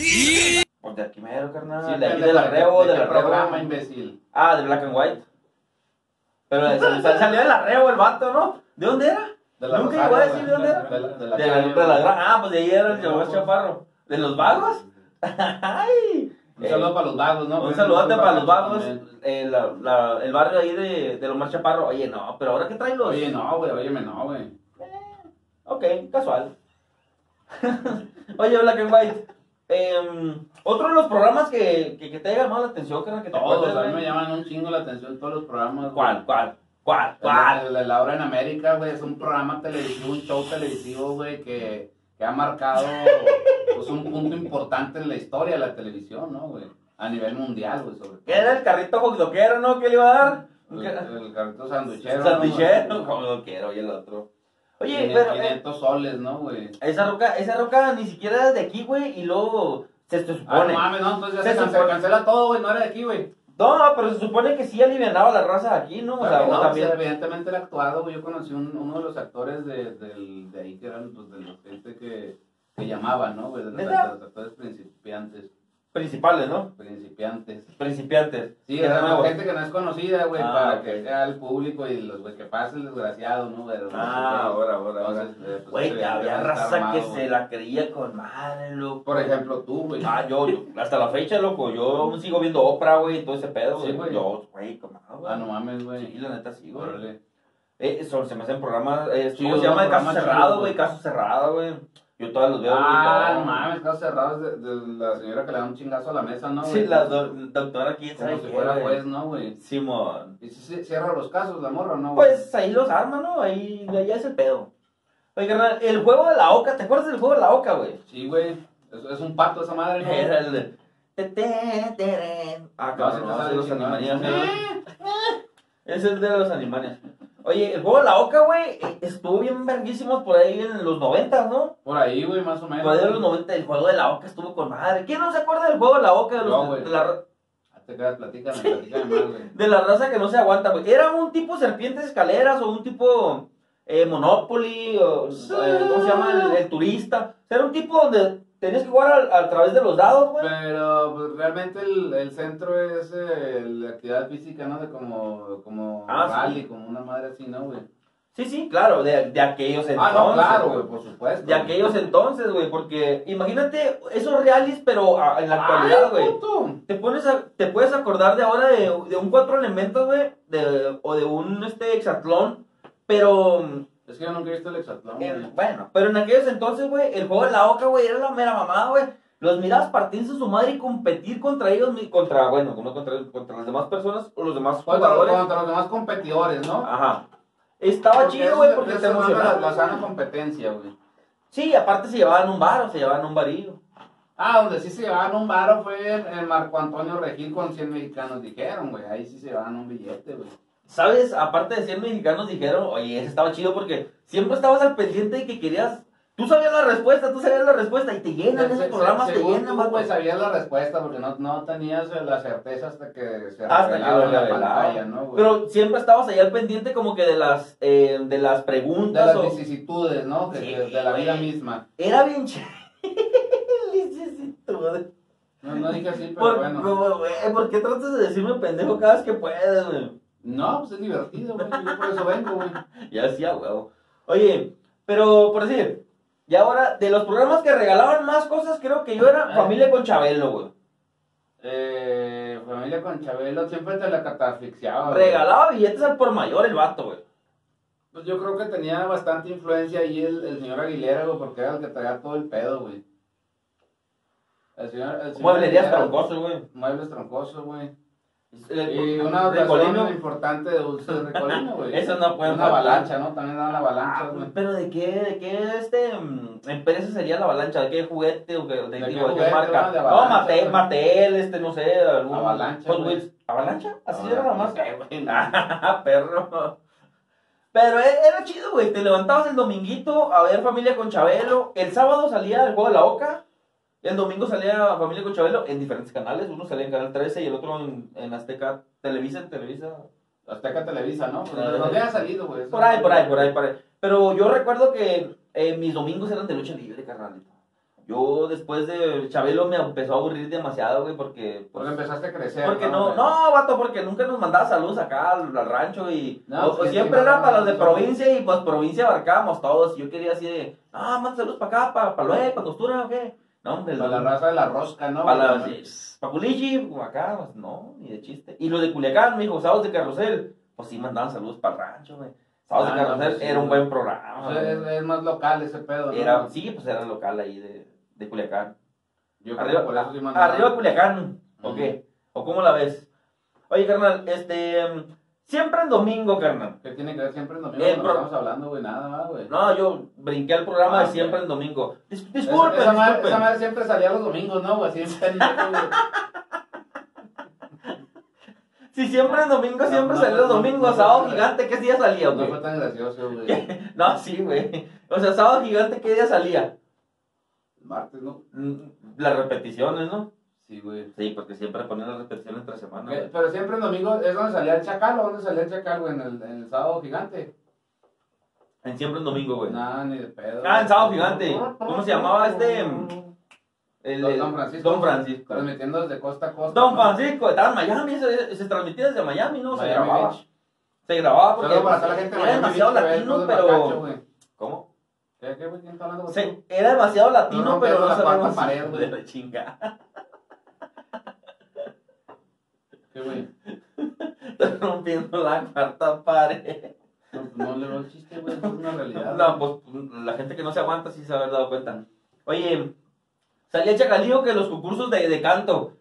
[SPEAKER 2] Pues de aquí mero, carnal.
[SPEAKER 3] Sí,
[SPEAKER 2] de aquí
[SPEAKER 3] pendejo,
[SPEAKER 2] de la Rebo,
[SPEAKER 3] qué
[SPEAKER 2] de la Rebo.
[SPEAKER 3] programa, imbécil.
[SPEAKER 2] Ah, de Black and White. Pero de- sal- sal- salió del arreo el vato, ¿no? ¿De dónde era?
[SPEAKER 3] De la
[SPEAKER 2] Nunca
[SPEAKER 3] Rosario,
[SPEAKER 2] llegó a decir de dónde era.
[SPEAKER 3] De la- de la
[SPEAKER 2] De la,
[SPEAKER 3] calle,
[SPEAKER 2] de la
[SPEAKER 3] ¿no?
[SPEAKER 2] gra- ah, pues de ahí era el señor Chaparro. ¿De los vagos? ¡Ay!
[SPEAKER 3] Un saludo para los vagos, ¿no?
[SPEAKER 2] Eh,
[SPEAKER 3] pues,
[SPEAKER 2] Un saludote para los vagos.
[SPEAKER 3] También.
[SPEAKER 2] eh, la- la- el barrio ahí de, de Omar Chaparro. Oye, no, pero ahora que traen los.
[SPEAKER 3] Oye, no, güey, óyeme, no, güey.
[SPEAKER 2] Ok, casual. Oye, Black and White. em, otro de los programas que, que, que te ha llamado la atención, carnal, que te
[SPEAKER 3] Todos,
[SPEAKER 2] acuerdes,
[SPEAKER 3] a mí me
[SPEAKER 2] güey.
[SPEAKER 3] llaman un chingo la atención todos los programas. güey.
[SPEAKER 2] ¿Cuál? ¿Cuál? ¿Cuál? ¿Cuál?
[SPEAKER 3] La, la, la hora en América, güey, es un programa televisivo, un show televisivo, güey, que, que ha marcado pues, un punto importante en la historia de la televisión, ¿no, güey? A nivel mundial, güey, sobre todo.
[SPEAKER 2] ¿Qué era el carrito jodoquero, no? ¿Qué le iba a dar? Un
[SPEAKER 3] El,
[SPEAKER 2] ca-
[SPEAKER 3] el carrito sanduchero. ¿no, güey?
[SPEAKER 2] Sanduchero, jodoquero, y el otro. Oye,
[SPEAKER 3] 500,
[SPEAKER 2] pero. eh,
[SPEAKER 3] 500 soles, ¿no, güey?
[SPEAKER 2] Esa roca, esa roca ni siquiera era de aquí, güey, y luego se, se
[SPEAKER 3] Ah, no
[SPEAKER 2] supone.
[SPEAKER 3] mames, no, entonces ya
[SPEAKER 2] Se
[SPEAKER 3] se, cancela,
[SPEAKER 2] supone-
[SPEAKER 3] cancela todo, güey, no era de aquí, güey.
[SPEAKER 2] no, pero se supone que sí alivianaba la raza aquí, ¿no? O sea,
[SPEAKER 3] Claro que
[SPEAKER 2] o
[SPEAKER 3] no,
[SPEAKER 2] también.
[SPEAKER 3] pues, evidentemente era actuado, güey. Yo conocí un- uno de los actores de, del- de ahí que eran, pues, de la gente que, que llamaban, ¿no, güey? De los,
[SPEAKER 2] ¿Neta?
[SPEAKER 3] de los actores principiantes,
[SPEAKER 2] Principales, ¿no?
[SPEAKER 3] principiantes.
[SPEAKER 2] Principiantes.
[SPEAKER 3] Sí,
[SPEAKER 2] Que
[SPEAKER 3] era
[SPEAKER 2] nuevo.
[SPEAKER 3] gente que no es conocida, güey,
[SPEAKER 2] Ah,
[SPEAKER 3] para
[SPEAKER 2] ok.
[SPEAKER 3] que sea al público y los, güey, que pase el desgraciado, ¿no? Pero,
[SPEAKER 2] Ah, ahora, ahora, ahora.
[SPEAKER 3] Entonces, eh, pues,
[SPEAKER 2] Güey, que había
[SPEAKER 3] evidentemente
[SPEAKER 2] raza
[SPEAKER 3] está armado,
[SPEAKER 2] que se
[SPEAKER 3] güey.
[SPEAKER 2] la creía con madre, loco.
[SPEAKER 3] Por ejemplo, tú, güey.
[SPEAKER 2] Ah, yo, yo, hasta la fecha, loco, yo aún sigo viendo Oprah, güey, y todo ese pedo,
[SPEAKER 3] Sí,
[SPEAKER 2] güey.
[SPEAKER 3] güey.
[SPEAKER 2] yo, güey, con madre, güey.
[SPEAKER 3] Ah, no mames, güey.
[SPEAKER 2] Sí, la neta sí, güey.
[SPEAKER 3] Órale.
[SPEAKER 2] Eh, son, se me hacen programas, eh, ¿cómo
[SPEAKER 3] Chidos,
[SPEAKER 2] se llama?
[SPEAKER 3] ¿no?
[SPEAKER 2] Caso
[SPEAKER 3] Programas
[SPEAKER 2] cerrado,
[SPEAKER 3] chidos,
[SPEAKER 2] güey,
[SPEAKER 3] güey.
[SPEAKER 2] caso cerrado, güey. Yo todos los veo, güey.
[SPEAKER 3] Ah,
[SPEAKER 2] yo-
[SPEAKER 3] no mames, casos cerrados de, de la señora que le da un chingazo a la mesa, ¿no?
[SPEAKER 2] Sí,
[SPEAKER 3] güey?
[SPEAKER 2] la do- doctora, quién sabe
[SPEAKER 3] Como si
[SPEAKER 2] qué,
[SPEAKER 3] fuera
[SPEAKER 2] güey.
[SPEAKER 3] juez, ¿no, güey?
[SPEAKER 2] Simón.
[SPEAKER 3] Y si se- cierra los casos, la morra, ¿no? güey?
[SPEAKER 2] Pues ahí los arma, ¿no? Ahí, de allá es el pedo. Oye, carnal, el juego de la oca, ¿te acuerdas del juego de la oca, güey?
[SPEAKER 3] Sí, güey. Es, es un pato esa madre, ¿no?
[SPEAKER 2] Era el de- te, te, teren. Ah,
[SPEAKER 3] No, sí
[SPEAKER 2] cabrón,
[SPEAKER 3] te
[SPEAKER 2] no,
[SPEAKER 3] sale
[SPEAKER 2] de los
[SPEAKER 3] chingón.
[SPEAKER 2] animaniacs, güey. Es el de los animaniacs. Oye, el juego de la oca, güey, eh, estuvo bien verguísimos por ahí en los 90, ¿no?
[SPEAKER 3] Por ahí, güey, más o menos.
[SPEAKER 2] Por ahí en los 90 Pues, el juego de la oca estuvo con madre. ¿Quién no se acuerda del juego de la oca? De, los-
[SPEAKER 3] No, güey.
[SPEAKER 2] de la,
[SPEAKER 3] Ah, Te quedas, platícame, platícame más, güey.
[SPEAKER 2] de la raza que no se aguanta, güey. Era un tipo serpientes escaleras o un tipo eh, Monopoly, o, eh, ¿cómo se llama? El, el turista. O sea, era un tipo donde tenías que jugar al- a, través de los dados, güey.
[SPEAKER 3] Pero pues, realmente el, el centro es eh, la actividad física, ¿no? De como, como
[SPEAKER 2] Ah, sí.
[SPEAKER 3] rally, como una madre así, ¿no, güey?
[SPEAKER 2] Sí, sí, claro, de, de aquellos entonces.
[SPEAKER 3] Ah, no, claro,
[SPEAKER 2] güey.
[SPEAKER 3] güey, por supuesto.
[SPEAKER 2] De aquellos entonces, güey, porque imagínate esos reales, pero a- en la actualidad, güey.
[SPEAKER 3] güey.
[SPEAKER 2] Te, pones a- te puedes acordar de ahora de, de un cuatro elementos, güey, de- o de un este hexatlón, pero mm,
[SPEAKER 3] Es que yo nunca he visto el hexatlón,
[SPEAKER 2] Eh,
[SPEAKER 3] güey.
[SPEAKER 2] bueno, pero en aquellos entonces, güey, el juego de la oca, güey, era la mera mamada, güey. Los mirabas partirse su madre y competir contra ellos, mi- contra, bueno, como contra, contra las demás personas o los demás
[SPEAKER 3] Contra,
[SPEAKER 2] jugadores.
[SPEAKER 3] Pues, contra los demás competidores, ¿no?
[SPEAKER 2] Ajá. Ah, Estaba chido, güey, porque te
[SPEAKER 3] se la,
[SPEAKER 2] emocionaba.
[SPEAKER 3] la sana competencia, güey.
[SPEAKER 2] Sí, aparte se llevaban un bar o se llevaban un varillo.
[SPEAKER 3] Ah, donde sí se llevaban un varo fue en, en Marco Antonio Regil con 100 mexicanos, dijeron, güey. Ahí sí se llevaban un billete, güey.
[SPEAKER 2] ¿Sabes? Aparte de 100 mexicanos dijeron, oye, ese estaba chido porque siempre estabas al pendiente de que querías... Tú sabías la respuesta, tú sabías la respuesta y te llenan,
[SPEAKER 3] Se-
[SPEAKER 2] esos
[SPEAKER 3] se-
[SPEAKER 2] programas te
[SPEAKER 3] según
[SPEAKER 2] llenan,
[SPEAKER 3] tú,
[SPEAKER 2] vato.
[SPEAKER 3] pues sabías la respuesta porque no, no tenías eh, la certeza hasta que se
[SPEAKER 2] Hasta que
[SPEAKER 3] revelaba
[SPEAKER 2] lo
[SPEAKER 3] en la
[SPEAKER 2] revelaba.
[SPEAKER 3] pantalla, ¿no, güey?
[SPEAKER 2] Pero siempre estabas ahí al pendiente como que de las, eh, de las
[SPEAKER 3] de
[SPEAKER 2] preguntas
[SPEAKER 3] las
[SPEAKER 2] o-
[SPEAKER 3] vicisitudes, ¿no? De,
[SPEAKER 2] Sí,
[SPEAKER 3] de- de la vida
[SPEAKER 2] güey.
[SPEAKER 3] misma.
[SPEAKER 2] Era bien ch... Licencitud.
[SPEAKER 3] No, no dije así, pero
[SPEAKER 2] Por,
[SPEAKER 3] bueno.
[SPEAKER 2] como, güey, ¿Por qué tratas de decirme pendejo cada vez que puedes, güey?
[SPEAKER 3] No, pues es divertido, güey. Yo por eso vengo, güey.
[SPEAKER 2] Ya hacía huevo. Oye, pero por decir, y ahora, de los programas que regalaban más cosas, creo que yo era
[SPEAKER 3] Ah.
[SPEAKER 2] Familia con Chabelo, güey.
[SPEAKER 3] Eh, familia con Chabelo siempre te la catafixiaba. Ah, güey.
[SPEAKER 2] Regalaba billetes al por mayor el vato, güey.
[SPEAKER 3] Pues yo creo que tenía bastante influencia ahí el, el señor Aguilera, güey, porque era el que traía todo el pedo, güey. El señor, el señor
[SPEAKER 2] Mueblerías
[SPEAKER 3] Aguilera,
[SPEAKER 2] troncosos, güey.
[SPEAKER 3] Muebles troncosos, güey.
[SPEAKER 2] Eh,
[SPEAKER 3] Y una
[SPEAKER 2] Ricolino.
[SPEAKER 3] ocasión importante de dulce de ricolino, güey.
[SPEAKER 2] Eso no puede
[SPEAKER 3] Una
[SPEAKER 2] faltar.
[SPEAKER 3] avalancha, ¿no? También daban
[SPEAKER 2] Ah,
[SPEAKER 3] avalanchas, güey.
[SPEAKER 2] pero de qué, de qué este mm, empresa sería la avalancha, de qué juguete o qué- de, digo,
[SPEAKER 3] ¿De qué
[SPEAKER 2] de qué
[SPEAKER 3] juguete,
[SPEAKER 2] marca.
[SPEAKER 3] no? De
[SPEAKER 2] no,
[SPEAKER 3] avalancha,
[SPEAKER 2] Mattel,
[SPEAKER 3] güey.
[SPEAKER 2] Mattel, este, no sé, algún
[SPEAKER 3] Avalancha,
[SPEAKER 2] Hot
[SPEAKER 3] güey.
[SPEAKER 2] Wheels. ¿Avalancha? Así
[SPEAKER 3] Avalancha,
[SPEAKER 2] era la marca.
[SPEAKER 3] no sé, güey.
[SPEAKER 2] Ah, perro. Pero e- era chido, güey. Te levantabas el dominguito a ver familia con Chabelo. El sábado salía el juego de la Oca. El domingo salía familia con Chabelo en diferentes canales. Uno salía en Canal 13 y el otro en, en Azteca Televisa, en Televisa.
[SPEAKER 3] Azteca Televisa, ¿no? Pues,
[SPEAKER 2] Ah,
[SPEAKER 3] ¿De dónde ha salido, güey?
[SPEAKER 2] Por ahí, por ahí, por ahí, por ahí. Pero yo recuerdo que eh, mis domingos eran de lucha libre, carnalito. Yo después de Chabelo me empezó a aburrir demasiado, güey, porque...
[SPEAKER 3] Porque
[SPEAKER 2] pues,
[SPEAKER 3] empezaste a crecer.
[SPEAKER 2] porque no,
[SPEAKER 3] Güey?
[SPEAKER 2] no, vato, porque nunca nos mandaba saludos acá al, al rancho y
[SPEAKER 3] No,
[SPEAKER 2] pues,
[SPEAKER 3] pues,
[SPEAKER 2] pues,
[SPEAKER 3] sí,
[SPEAKER 2] siempre
[SPEAKER 3] sí,
[SPEAKER 2] era
[SPEAKER 3] no,
[SPEAKER 2] para los de
[SPEAKER 3] no,
[SPEAKER 2] provincia y pues provincia abarcábamos todos. Y yo quería así de, ah, manda saludos para acá, para Paloé, para Costura, ¿o qué? No, hombre,
[SPEAKER 3] Para la
[SPEAKER 2] no.
[SPEAKER 3] raza de la rosca, ¿no?
[SPEAKER 2] Para
[SPEAKER 3] Güey?
[SPEAKER 2] Paculichi, como acá, pues no, ni de chiste. Y los de Culiacán, mijo, sábados de carrusel, pues sí mandaban saludos para el rancho, güey. Sábados
[SPEAKER 3] Ah,
[SPEAKER 2] de
[SPEAKER 3] no,
[SPEAKER 2] carrusel
[SPEAKER 3] pues, sí,
[SPEAKER 2] era un
[SPEAKER 3] güey.
[SPEAKER 2] buen programa.
[SPEAKER 3] O sea, es,
[SPEAKER 2] güey.
[SPEAKER 3] es más local ese pedo, ¿no?
[SPEAKER 2] Era, sí, pues era local ahí de, de Culiacán.
[SPEAKER 3] Yo creo que por
[SPEAKER 2] Arriba,
[SPEAKER 3] eso sí mandaba.
[SPEAKER 2] arriba Culiacán, ¿o
[SPEAKER 3] Ah, Ujú.
[SPEAKER 2] qué? ¿O cómo la ves? Oye, carnal, este, mm, siempre en domingo, carnal.
[SPEAKER 3] ¿Qué tiene que ver siempre en domingo?
[SPEAKER 2] El
[SPEAKER 3] no
[SPEAKER 2] pro-
[SPEAKER 3] estamos hablando, güey, nada más, güey.
[SPEAKER 2] Eh, No, yo brinqué al programa
[SPEAKER 3] Ah,
[SPEAKER 2] de siempre
[SPEAKER 3] ok.
[SPEAKER 2] en domingo. Dis-
[SPEAKER 3] Esa-
[SPEAKER 2] disculpen,
[SPEAKER 3] esa, madre, esa
[SPEAKER 2] disculpen.
[SPEAKER 3] madre siempre salía los domingos, ¿no? Güey, así en pendejo, güey.
[SPEAKER 2] Si siempre en domingo,
[SPEAKER 3] No,
[SPEAKER 2] siempre
[SPEAKER 3] Ah, no,
[SPEAKER 2] salía los
[SPEAKER 3] no, no,
[SPEAKER 2] domingos,
[SPEAKER 3] no,
[SPEAKER 2] sábado
[SPEAKER 3] no,
[SPEAKER 2] gigante, ¿qué día salía,
[SPEAKER 3] No
[SPEAKER 2] güey?
[SPEAKER 3] fue tan gracioso, güey. El
[SPEAKER 2] No, sí, güey. O sea, sábado gigante, ¿qué día salía?
[SPEAKER 3] martes, ¿no?
[SPEAKER 2] Mm, Las repeticiones, ¿no?
[SPEAKER 3] Sí, güey.
[SPEAKER 2] Sí, porque siempre ponen las repeticiones entre semana.
[SPEAKER 3] Que-
[SPEAKER 2] güey.
[SPEAKER 3] Eh, Pero siempre en domingo es donde salía el chacal, ¿o dónde salía el chacal, güey? En el, en el sábado gigante.
[SPEAKER 2] En siempre en domingo, güey.
[SPEAKER 3] Nada, ni de pedo.
[SPEAKER 2] Pues, Ah, en sábado
[SPEAKER 3] güey.
[SPEAKER 2] gigante. ¿Cómo se llamaba este? El-
[SPEAKER 3] Don,
[SPEAKER 2] el-
[SPEAKER 3] Don Francisco.
[SPEAKER 2] Don Francisco.
[SPEAKER 3] Transmitiendo desde costa a costa.
[SPEAKER 2] Don
[SPEAKER 3] ¿no?
[SPEAKER 2] Francisco, estaba en Miami, se, se transmitía desde Miami, ¿no? Se
[SPEAKER 3] Miami
[SPEAKER 2] grababa.
[SPEAKER 3] Beach.
[SPEAKER 2] Se grababa porque
[SPEAKER 3] Saludos para toda la gente de
[SPEAKER 2] era
[SPEAKER 3] Miami
[SPEAKER 2] demasiado
[SPEAKER 3] Beach que ve
[SPEAKER 2] latino,
[SPEAKER 3] el
[SPEAKER 2] pero...
[SPEAKER 3] Bacacho, güey.
[SPEAKER 2] ¿Cómo?
[SPEAKER 3] ¿Qué, qué, güey? ¿Quién está hablando?
[SPEAKER 2] Se- era demasiado latino,
[SPEAKER 3] No rompes
[SPEAKER 2] pero
[SPEAKER 3] la
[SPEAKER 2] no
[SPEAKER 3] cuarta
[SPEAKER 2] sabemos...
[SPEAKER 3] pared, güey.
[SPEAKER 2] de la chinga.
[SPEAKER 3] ¿Qué, güey?
[SPEAKER 2] Están rompiendo la cuarta pared.
[SPEAKER 3] No, no le veo el chiste, güey. Es una realidad.
[SPEAKER 2] No, pues la gente que no se aguanta sí se haber dado cuenta. Oye, salía Chacalío que los concursos de, de canto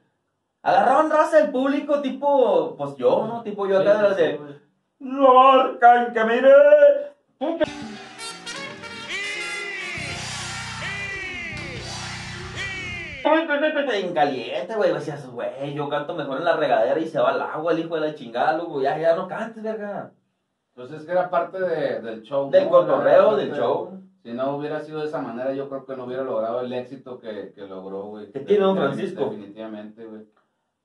[SPEAKER 2] agarraban raza del público, tipo, pues yo, ¿no? Tipo yo acá de las de. ¡Lorca, que mire! En caliente, güey, decías, güey, yo canto mejor en la regadera y se va al agua el hijo de la chingada, loco, ya, ya no cantes, verga.
[SPEAKER 3] Entonces Pues que era parte de- del show.
[SPEAKER 2] Del
[SPEAKER 3] ¿no? Era
[SPEAKER 2] cotorreo,
[SPEAKER 3] parte
[SPEAKER 2] del
[SPEAKER 3] de-
[SPEAKER 2] show.
[SPEAKER 3] Si no hubiera sido de esa manera, yo creo que no hubiera logrado el éxito que, que logró, güey.
[SPEAKER 2] Que tiene don Francisco.
[SPEAKER 3] Definitivamente, güey.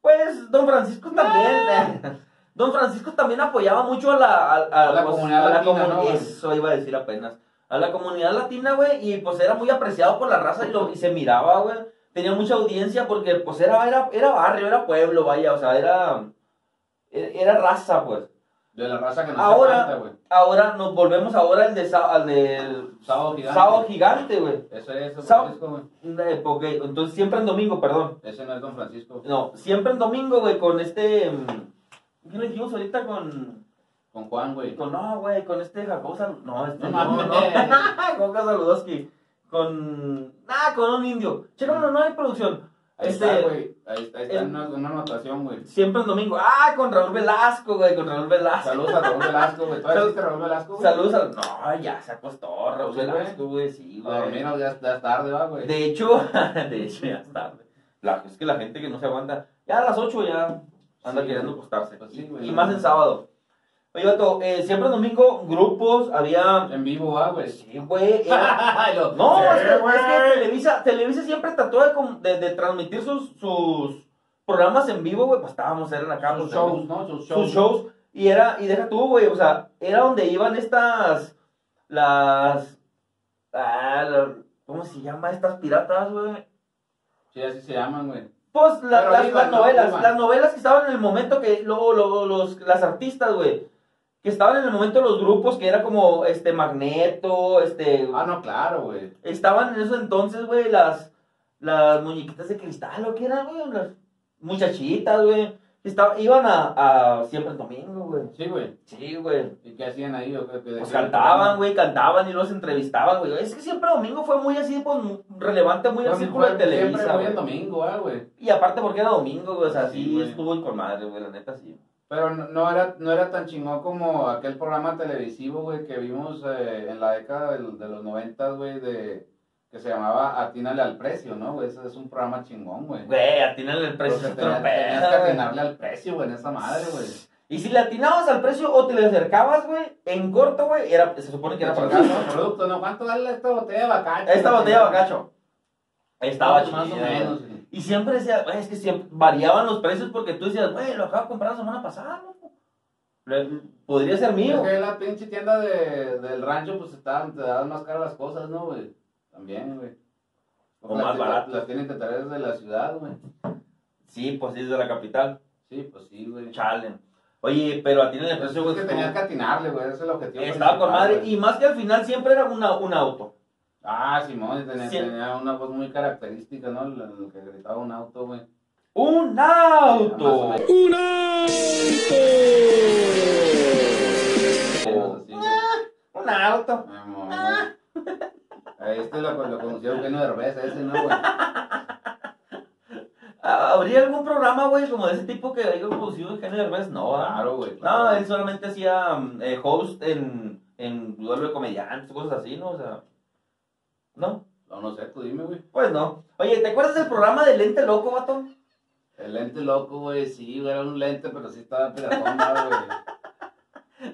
[SPEAKER 2] Pues Don Francisco también. eh. Don Francisco también apoyaba mucho a la, a, a-
[SPEAKER 3] A la
[SPEAKER 2] pues,
[SPEAKER 3] comunidad
[SPEAKER 2] a la
[SPEAKER 3] latina,
[SPEAKER 2] comu-
[SPEAKER 3] ¿no, güey?
[SPEAKER 2] Eso iba a decir apenas. A la comunidad latina, güey. Y pues era muy apreciado por la raza y, lo, y se miraba, güey. Tenía mucha audiencia porque pues era, era, era barrio, era pueblo, vaya. O sea, era, e- era raza, pues.
[SPEAKER 3] De la raza que no
[SPEAKER 2] Ahora-
[SPEAKER 3] se aguanta, güey.
[SPEAKER 2] Ahora nos volvemos ahora al de sa- al del
[SPEAKER 3] Sábado gigante.
[SPEAKER 2] sábado gigante, güey.
[SPEAKER 3] Eso es Don
[SPEAKER 2] Sábado-
[SPEAKER 3] Francisco, güey.
[SPEAKER 2] Eh, ok, entonces siempre en domingo, perdón.
[SPEAKER 3] Ese no es Don Francisco.
[SPEAKER 2] No, siempre en domingo, güey, con este. mm, ¿Qué le dijimos ahorita con.?
[SPEAKER 3] Con Juan, güey.
[SPEAKER 2] con no, güey, con este Jacob Sal- No, este.
[SPEAKER 3] No
[SPEAKER 2] No, no.
[SPEAKER 3] mames.
[SPEAKER 2] Coca Saludowski. Con. Ah, con un indio. Che, no, no, no hay producción.
[SPEAKER 3] Ahí
[SPEAKER 2] este-
[SPEAKER 3] está, güey. Ahí está, ahí está
[SPEAKER 2] el-
[SPEAKER 3] una, una anotación, güey.
[SPEAKER 2] Siempre en domingo. Ah, con Raúl Velasco, güey, con Raúl Velasco.
[SPEAKER 3] Saludos a Raúl Velasco, güey. ¿Todavía
[SPEAKER 2] Sal-
[SPEAKER 3] existe Raúl Velasco, güey?
[SPEAKER 2] Saludos al. No, ya se acostó Raúl
[SPEAKER 3] Sí,
[SPEAKER 2] Velasco, güey, sí,
[SPEAKER 3] A dormir,
[SPEAKER 2] güey.
[SPEAKER 3] ya, ya es tarde, va, güey.
[SPEAKER 2] De hecho, de hecho, ya es tarde. La, es que la gente que no se aguanta. Ya a las 8 ya anda
[SPEAKER 3] Sí,
[SPEAKER 2] queriendo
[SPEAKER 3] güey.
[SPEAKER 2] acostarse.
[SPEAKER 3] Pues sí,
[SPEAKER 2] Y-
[SPEAKER 3] güey.
[SPEAKER 2] y más el sábado. Oye, vato, eh, siempre en domingo grupos había. eh,
[SPEAKER 3] En vivo, va, güey.
[SPEAKER 2] Sí, güey. eh, era- No,
[SPEAKER 3] Sí,
[SPEAKER 2] es, que, es
[SPEAKER 3] güey.
[SPEAKER 2] que Televisa, Televisa siempre trató de, com- de- de transmitir sus, sus programas en vivo, güey. Pues estábamos, eran acá
[SPEAKER 3] Sus
[SPEAKER 2] pues,
[SPEAKER 3] shows, ¿no? Sus shows.
[SPEAKER 2] sus shows. Y era, y deja tú, güey, o sea, era donde iban estas, las, ah, la- ¿cómo se llama? Estas piratas, güey.
[SPEAKER 3] Sí, así se llaman, güey.
[SPEAKER 2] Pues la-
[SPEAKER 3] Pero
[SPEAKER 2] las,
[SPEAKER 3] iban,
[SPEAKER 2] las
[SPEAKER 3] ¿no?
[SPEAKER 2] novelas,
[SPEAKER 3] Iban.
[SPEAKER 2] las novelas que estaban en el momento que, luego, luego, los, las artistas, güey. Que estaban en el momento los grupos, que era como, este, Magneto, este,
[SPEAKER 3] Ah, no, claro, güey.
[SPEAKER 2] Estaban en esos entonces, güey, las, las muñequitas de cristal, ¿o qué eran, güey? Las muchachitas, güey. Estaba- Iban a, a siempre el domingo, güey.
[SPEAKER 3] Sí, güey.
[SPEAKER 2] Sí, güey.
[SPEAKER 3] ¿Y qué hacían ahí? Yo creo que
[SPEAKER 2] Pues cantaban, güey, cantaban y los entrevistaban, güey. Es que siempre domingo fue muy así, pues, muy relevante, muy al círculo de Televisa,
[SPEAKER 3] Siempre voy el
[SPEAKER 2] güey.
[SPEAKER 3] domingo, ah, güey.
[SPEAKER 2] Y aparte porque era domingo, güey, o sea,
[SPEAKER 3] Sí,
[SPEAKER 2] sí,
[SPEAKER 3] güey.
[SPEAKER 2] estuvo con madre, güey, la neta, sí.
[SPEAKER 3] Pero no, no era, no era tan chingón como aquel programa televisivo, güey, que vimos eh, en la década del- de, los noventas, güey, de, que se llamaba Atínale al Precio, ¿no, güey? Ese es un programa chingón, güey.
[SPEAKER 2] Güey, atínale el precio,
[SPEAKER 3] Porque
[SPEAKER 2] es
[SPEAKER 3] tenías,
[SPEAKER 2] otro pedo,
[SPEAKER 3] Pues, tenías que
[SPEAKER 2] güey.
[SPEAKER 3] atinarle al precio, güey, en esa madre, güey.
[SPEAKER 2] Y si le atinabas al precio o te le acercabas, güey, en corto, güey, era, se supone que era para acá,
[SPEAKER 3] Chingado producto, ¿no? ¿Cuánto vale esta botella de bacacho?
[SPEAKER 2] Esta botella de bacacho. Estaba chida.
[SPEAKER 3] Más o menos, güey.
[SPEAKER 2] Y siempre decía, "Güey, es que siempre variaban los precios porque tú decías, güey, lo acabo de comprar la semana pasada, loco. Le- Podría ser mío.
[SPEAKER 3] Es que la pinche tienda de, del rancho, pues te, daban- te daban más caro las cosas, ¿no, güey? También, güey.
[SPEAKER 2] O más
[SPEAKER 3] las-
[SPEAKER 2] barato.
[SPEAKER 3] Las tienen que traer desde la ciudad, güey.
[SPEAKER 2] Sí, pues sí, es de la capital.
[SPEAKER 3] Sí, pues sí, güey.
[SPEAKER 2] Chale. Oye, pero a ti no le
[SPEAKER 3] Pues
[SPEAKER 2] precio,
[SPEAKER 3] es
[SPEAKER 2] güey.
[SPEAKER 3] que
[SPEAKER 2] tú-
[SPEAKER 3] tenías que atinarle, güey. Ese es el objetivo.
[SPEAKER 2] Estaba con
[SPEAKER 3] principal,
[SPEAKER 2] madre.
[SPEAKER 3] güey.
[SPEAKER 2] Y más que al final siempre era una, un auto.
[SPEAKER 3] Ah, Simón, tenía,
[SPEAKER 2] Sí.
[SPEAKER 3] tenía una voz muy característica, ¿no? Lo, lo que gritaba un auto, güey.
[SPEAKER 2] ¡Un auto!
[SPEAKER 3] Más
[SPEAKER 1] ¡Un auto!
[SPEAKER 2] Oh.
[SPEAKER 3] o menos así, güey.
[SPEAKER 2] Un auto.
[SPEAKER 3] Ay, mamá. A este lo, lo conoció Eugenio Derbez, a ese no, güey.
[SPEAKER 2] Ah, ¿Habría algún programa, güey, como de ese tipo que haya producido Eugenio Derbez? No, ah, ¿verdad?
[SPEAKER 3] Claro, güey.
[SPEAKER 2] No,
[SPEAKER 3] claro.
[SPEAKER 2] él solamente hacía mm, eh, host en, en duelo de comediantes, cosas así, ¿no? O sea, ¿no?
[SPEAKER 3] No, no sé, tú dime, güey.
[SPEAKER 2] Pues no. Oye, ¿te acuerdas del programa del Lente Loco, vato?
[SPEAKER 3] El lente loco, güey, sí, güey, era un lente, pero sí estaba pelazón, mal, güey.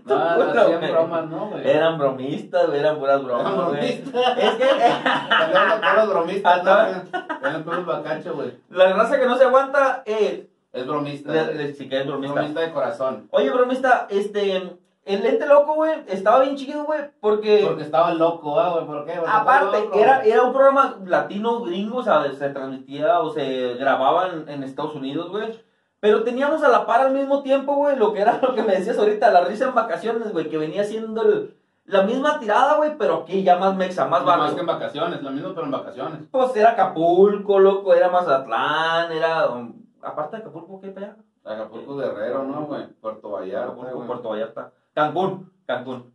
[SPEAKER 2] Tú,
[SPEAKER 3] No, no
[SPEAKER 2] bueno,
[SPEAKER 3] hacían
[SPEAKER 2] güey.
[SPEAKER 3] bromas, ¿no, güey?
[SPEAKER 2] Eran bromistas, güey, eran puras bromas,
[SPEAKER 3] Eran
[SPEAKER 2] güey.
[SPEAKER 3] bromistas.
[SPEAKER 2] Es que eh,
[SPEAKER 3] Saludos a todos los
[SPEAKER 2] A
[SPEAKER 3] bromistas,
[SPEAKER 2] todos.
[SPEAKER 3] ¿no? Eran puros bacachos, güey.
[SPEAKER 2] la raza que no se aguanta, eh,
[SPEAKER 3] Es bromista.
[SPEAKER 2] le,
[SPEAKER 3] güey.
[SPEAKER 2] le- sí que es bromista.
[SPEAKER 3] Bromista de corazón.
[SPEAKER 2] Oye, bromista, este, el Lente Loco, güey, estaba bien chido, güey, porque...
[SPEAKER 3] Porque estaba loco, ah, güey, ¿por qué? Porque
[SPEAKER 2] Aparte,
[SPEAKER 3] estaba loco,
[SPEAKER 2] era,
[SPEAKER 3] güey.
[SPEAKER 2] era un programa latino gringo, o sea, se transmitía o se grababa en, en Estados Unidos, güey. Pero teníamos a la par al mismo tiempo, güey, lo que era lo que me decías ahorita, la risa en vacaciones, güey, que venía siendo el- la misma tirada, güey, pero aquí ya más mexa, más
[SPEAKER 3] Más
[SPEAKER 2] barrio.
[SPEAKER 3] que en vacaciones, lo mismo, pero en vacaciones.
[SPEAKER 2] Pues era Acapulco, loco, era Mazatlán, era... um, aparte de Acapulco, ¿qué pedo?
[SPEAKER 3] Acapulco Guerrero, ¿no, güey? Puerto Vallarta,
[SPEAKER 2] Acapulco,
[SPEAKER 3] güey.
[SPEAKER 2] Puerto Vallarta. Cancún, Cancún.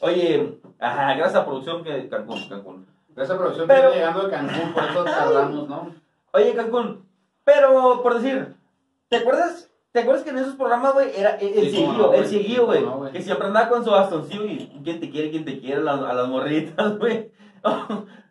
[SPEAKER 2] Oye, ajá, gracias a producción que Cancún, Cancún.
[SPEAKER 3] Esa producción
[SPEAKER 2] Pero-
[SPEAKER 3] viene llegando de Cancún, por eso tardamos, ¿no?
[SPEAKER 2] Oye, Cancún, pero por decir, ¿te acuerdas? ¿Te acuerdas que en esos programas, güey, era el, el
[SPEAKER 3] Sí,
[SPEAKER 2] Siguillo,
[SPEAKER 3] cómo no, güey.
[SPEAKER 2] el Siguillo, güey?
[SPEAKER 3] Sí, cómo no, güey.
[SPEAKER 2] que siempre andaba con su bastoncillo y quién te quiere, quién te quiere, a las, a las morritas, güey.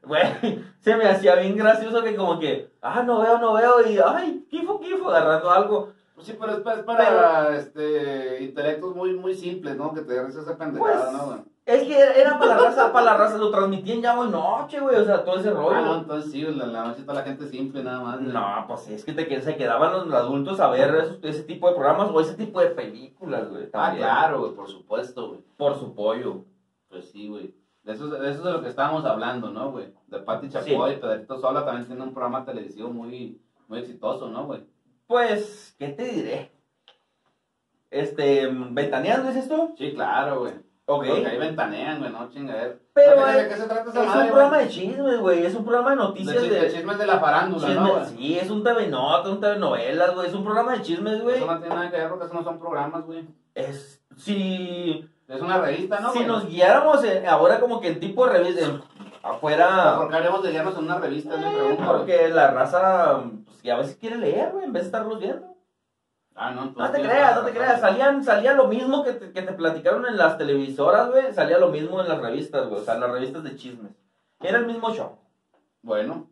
[SPEAKER 2] Güey, se me hacía bien gracioso que como que, ah, no veo, no veo, y ay, kifo, kifo, agarrando algo.
[SPEAKER 3] Pues sí, pero es pa- es para, este, intelectos muy, muy simples, ¿no? Que te ríes esa pendejada,
[SPEAKER 2] Pues,
[SPEAKER 3] ¿no, güey?
[SPEAKER 2] Es que era, era para la raza, para la raza, lo transmitían ya muy noche, güey, o sea, todo ese rollo.
[SPEAKER 3] Ah, no, entonces sí, en la, la noche está la gente simple, nada más. güey.
[SPEAKER 2] No, pues es que te, que- se quedaban los adultos a ver esos- ese tipo de programas o ese tipo de películas, güey.
[SPEAKER 3] Ah,
[SPEAKER 2] también.
[SPEAKER 3] claro, güey, por supuesto, güey.
[SPEAKER 2] Por su pollo.
[SPEAKER 3] Pues sí, güey. De eso, es- de eso es de lo que estábamos hablando, ¿no, güey? De Pati Chapoy y Pedrito Sola también tiene un programa televisivo muy, muy exitoso, ¿no, güey?
[SPEAKER 2] Pues, ¿qué te diré? Este, ¿ventaneando dices tú?
[SPEAKER 3] Sí, claro, güey.
[SPEAKER 2] Ok.
[SPEAKER 3] Porque ahí ventanean, güey, no chingadera.
[SPEAKER 2] Pero
[SPEAKER 3] No sé
[SPEAKER 2] hay-
[SPEAKER 3] ¿De qué se trata
[SPEAKER 2] Es
[SPEAKER 3] esa
[SPEAKER 2] un
[SPEAKER 3] madre,
[SPEAKER 2] programa
[SPEAKER 3] güey.
[SPEAKER 2] de chismes, güey. Es un programa de
[SPEAKER 3] Ah, De,
[SPEAKER 2] noticias
[SPEAKER 3] chi-
[SPEAKER 2] de.
[SPEAKER 3] de chismes de la farándula,
[SPEAKER 2] chismes,
[SPEAKER 3] ¿no, güey?
[SPEAKER 2] sí, es un TV nota, un TV novelas, güey. Es un programa de chismes, güey.
[SPEAKER 3] Eso no tiene nada que ver porque eso no son programas, güey.
[SPEAKER 2] Es. Si.
[SPEAKER 3] Es una revista, Ah, ¿no?
[SPEAKER 2] si
[SPEAKER 3] güey?
[SPEAKER 2] nos guiáramos en- ahora como que en tipo de revista. en-
[SPEAKER 3] ¿Por
[SPEAKER 2] afuera.
[SPEAKER 3] qué haríamos de guiarnos en una revista? Me
[SPEAKER 2] eh,
[SPEAKER 3] pregunto. güey.
[SPEAKER 2] Porque la raza. Pues, que a veces quiere leer, güey, en vez de estarlos viendo.
[SPEAKER 3] Ah, no. entonces ah,
[SPEAKER 2] No te
[SPEAKER 3] tienes
[SPEAKER 2] creas,
[SPEAKER 3] toda
[SPEAKER 2] no
[SPEAKER 3] la
[SPEAKER 2] te
[SPEAKER 3] razón.
[SPEAKER 2] creas. Salían, salía lo mismo que te, que te platicaron en las televisoras, güey. Salía lo mismo en las revistas, güey. O sea, en las revistas de chismes. Era el mismo show.
[SPEAKER 3] Bueno,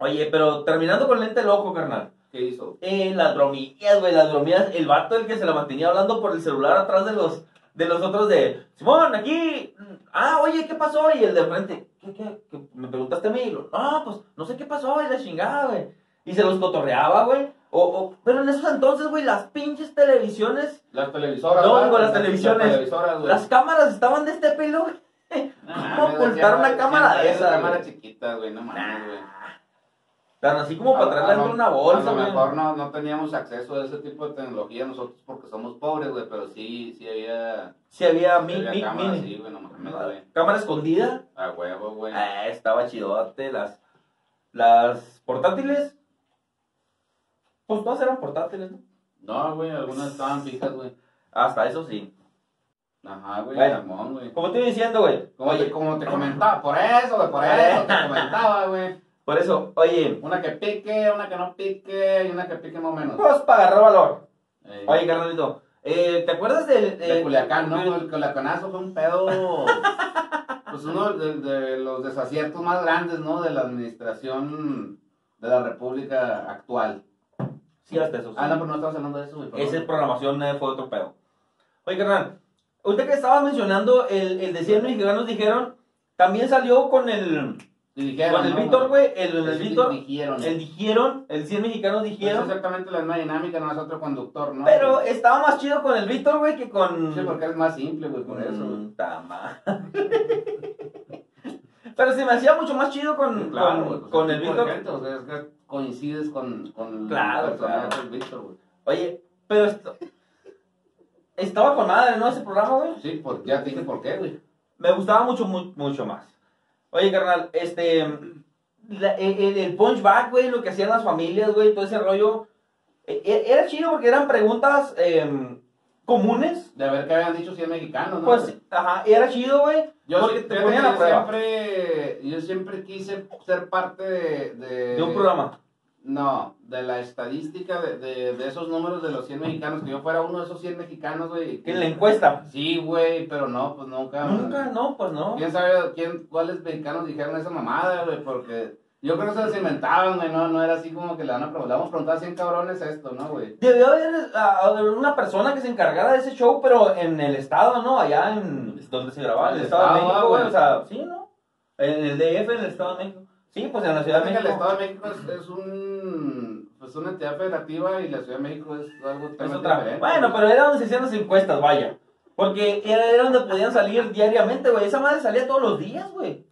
[SPEAKER 2] Oye, pero terminando con lente loco, carnal.
[SPEAKER 3] ¿qué hizo?
[SPEAKER 2] Eh, las bromillas, güey, las bromillas. El vato, el que se la mantenía hablando por el celular atrás de los, de los otros de... Simón, aquí. Ah, oye, ¿qué pasó? Y el de frente... ¿Qué, qué, qué? me preguntaste a mí? Y lo, no, pues, no sé qué pasó, y la chingada, güey. Y se los cotorreaba, güey. O, o- pero en esos entonces, güey, las pinches televisiones...
[SPEAKER 3] Las televisoras.
[SPEAKER 2] No,
[SPEAKER 3] ¿verdad?
[SPEAKER 2] digo, las televisiones.
[SPEAKER 3] Las televisoras, güey.
[SPEAKER 2] Las cámaras estaban de este pelo.
[SPEAKER 3] No
[SPEAKER 2] ¿cómo
[SPEAKER 3] mames,
[SPEAKER 2] ocultar
[SPEAKER 3] siempre-
[SPEAKER 2] una cámara
[SPEAKER 3] siempre
[SPEAKER 2] de
[SPEAKER 3] hay
[SPEAKER 2] esas,
[SPEAKER 3] cámara
[SPEAKER 2] güey?
[SPEAKER 3] chiquita, güey, no mames, güey.
[SPEAKER 2] Tan así como para
[SPEAKER 3] A-
[SPEAKER 2] traerla
[SPEAKER 3] a lo-
[SPEAKER 2] en una
[SPEAKER 3] A
[SPEAKER 2] bolsa,
[SPEAKER 3] lo
[SPEAKER 2] güey.
[SPEAKER 3] mejor Ah, no, no teníamos acceso a ese tipo de tecnología nosotros porque somos pobres, güey, pero sí, sí había,
[SPEAKER 2] Si había
[SPEAKER 3] sí
[SPEAKER 2] mi,
[SPEAKER 3] había
[SPEAKER 2] mi,
[SPEAKER 3] cámaras,
[SPEAKER 2] mini.
[SPEAKER 3] sí, güey, no mames, güey.
[SPEAKER 2] Cámara escondida.
[SPEAKER 3] A huevo, güey.
[SPEAKER 2] Ah, estaba chidote. Las, las portátiles. Pues todas eran portátiles, ¿no?
[SPEAKER 3] No, güey, algunas estaban fijas, güey.
[SPEAKER 2] Hasta eso sí.
[SPEAKER 3] Ajá, güey,
[SPEAKER 2] Bueno.
[SPEAKER 3] Ramón, güey.
[SPEAKER 2] Como te iba diciendo, güey.
[SPEAKER 3] Como, te-
[SPEAKER 2] Oye,
[SPEAKER 3] como te comentaba, por eso, güey, por eso te comentaba, güey.
[SPEAKER 2] por eso, oye,
[SPEAKER 3] Una que pique, una que no pique y una que pique más o menos.
[SPEAKER 2] pues para agarrar valor.
[SPEAKER 3] Eh,
[SPEAKER 2] Oye, carnalito, eh, ¿te acuerdas del.
[SPEAKER 3] de
[SPEAKER 2] eh,
[SPEAKER 3] Culiacán, ¿no? El Culiacanazo fue un pedo. pues uno de, de los desaciertos más grandes, ¿no? De la administración de la República actual.
[SPEAKER 2] Sí, hasta eso Pues sí.
[SPEAKER 3] Ah, no, pero no estamos hablando de eso, güey. perdón.
[SPEAKER 2] Esa programación eh, fue otro pedo. Oye, carnal, usted que estaba mencionando el, el de 100 mexicanos, dijeron, también salió con el,
[SPEAKER 3] Dirigieron,
[SPEAKER 2] con el
[SPEAKER 3] ¿no?
[SPEAKER 2] Víctor, güey, el, el
[SPEAKER 3] Ese
[SPEAKER 2] Víctor,
[SPEAKER 3] dirigieron.
[SPEAKER 2] el dijeron, el 100 mexicanos
[SPEAKER 3] No es
[SPEAKER 2] dijeron,
[SPEAKER 3] exactamente la misma dinámica, no es otro conductor, ¿no?
[SPEAKER 2] pero estaba más chido con el Víctor, güey, que con...
[SPEAKER 3] Sí, porque es más simple, güey, por eso, güey.
[SPEAKER 2] Mm, ta ma- Pero se me hacía mucho más chido con,
[SPEAKER 3] Claro,
[SPEAKER 2] con,
[SPEAKER 3] güey, pues,
[SPEAKER 2] con
[SPEAKER 3] es
[SPEAKER 2] el
[SPEAKER 3] tipo de
[SPEAKER 2] Víctor.
[SPEAKER 3] gente, o sea, es que coincides con, con el
[SPEAKER 2] Claro,
[SPEAKER 3] personaje
[SPEAKER 2] claro.
[SPEAKER 3] del Víctor, güey.
[SPEAKER 2] Oye, pero esto- estaba con madre, ¿no? Ese programa, güey.
[SPEAKER 3] Sí, por, ya te dije por qué, güey.
[SPEAKER 2] Me gustaba mucho, mu- mucho más. Oye, carnal, este. la- el, el- el punch back, güey, lo que hacían las familias, güey, todo ese rollo. E- e- Era chido porque eran preguntas em, comunes.
[SPEAKER 3] De ver que habían dicho 100 mexicanos, ¿no?
[SPEAKER 2] Pues, ajá, era chido, güey.
[SPEAKER 3] Yo,
[SPEAKER 2] porque
[SPEAKER 3] sí-
[SPEAKER 2] te
[SPEAKER 3] fíjate
[SPEAKER 2] ponían
[SPEAKER 3] que
[SPEAKER 2] a
[SPEAKER 3] yo
[SPEAKER 2] prueba
[SPEAKER 3] Siempre, yo siempre quise ser parte de... De,
[SPEAKER 2] de un programa.
[SPEAKER 3] No, de la estadística de, de, de esos números de los 100 mexicanos, que yo fuera uno de esos 100 mexicanos, güey.
[SPEAKER 2] Que en la encuesta.
[SPEAKER 3] Sí, güey, pero no, pues nunca.
[SPEAKER 2] Nunca, no, pues no.
[SPEAKER 3] ¿Quién sabe quién, cuáles mexicanos dijeron esa mamada, güey? Porque yo creo que se los inventaban, güey, no, no era así como que le van a preguntar, le vamos a preguntar a 100 cabrones esto, ¿no, güey?
[SPEAKER 2] Debió haber ah, haber una persona que se encargara de ese show, pero en el estado, ¿no? Allá en donde se grababa, en el Estado de
[SPEAKER 3] Estado,
[SPEAKER 2] México,
[SPEAKER 3] ah,
[SPEAKER 2] güey.
[SPEAKER 3] güey.
[SPEAKER 2] O sea, sí, ¿no? En el DF, en el Estado de México. Sí, pues en la Ciudad de
[SPEAKER 3] Fíjate que
[SPEAKER 2] México.
[SPEAKER 3] el Estado de México es, es un, pues una entidad federativa y la Ciudad de México es algo
[SPEAKER 2] Es
[SPEAKER 3] totalmente
[SPEAKER 2] otra.
[SPEAKER 3] diferente.
[SPEAKER 2] Bueno, pero era donde se hacían las encuestas, vaya. Porque era, era donde podían salir diariamente, güey. Esa madre salía todos los días, güey.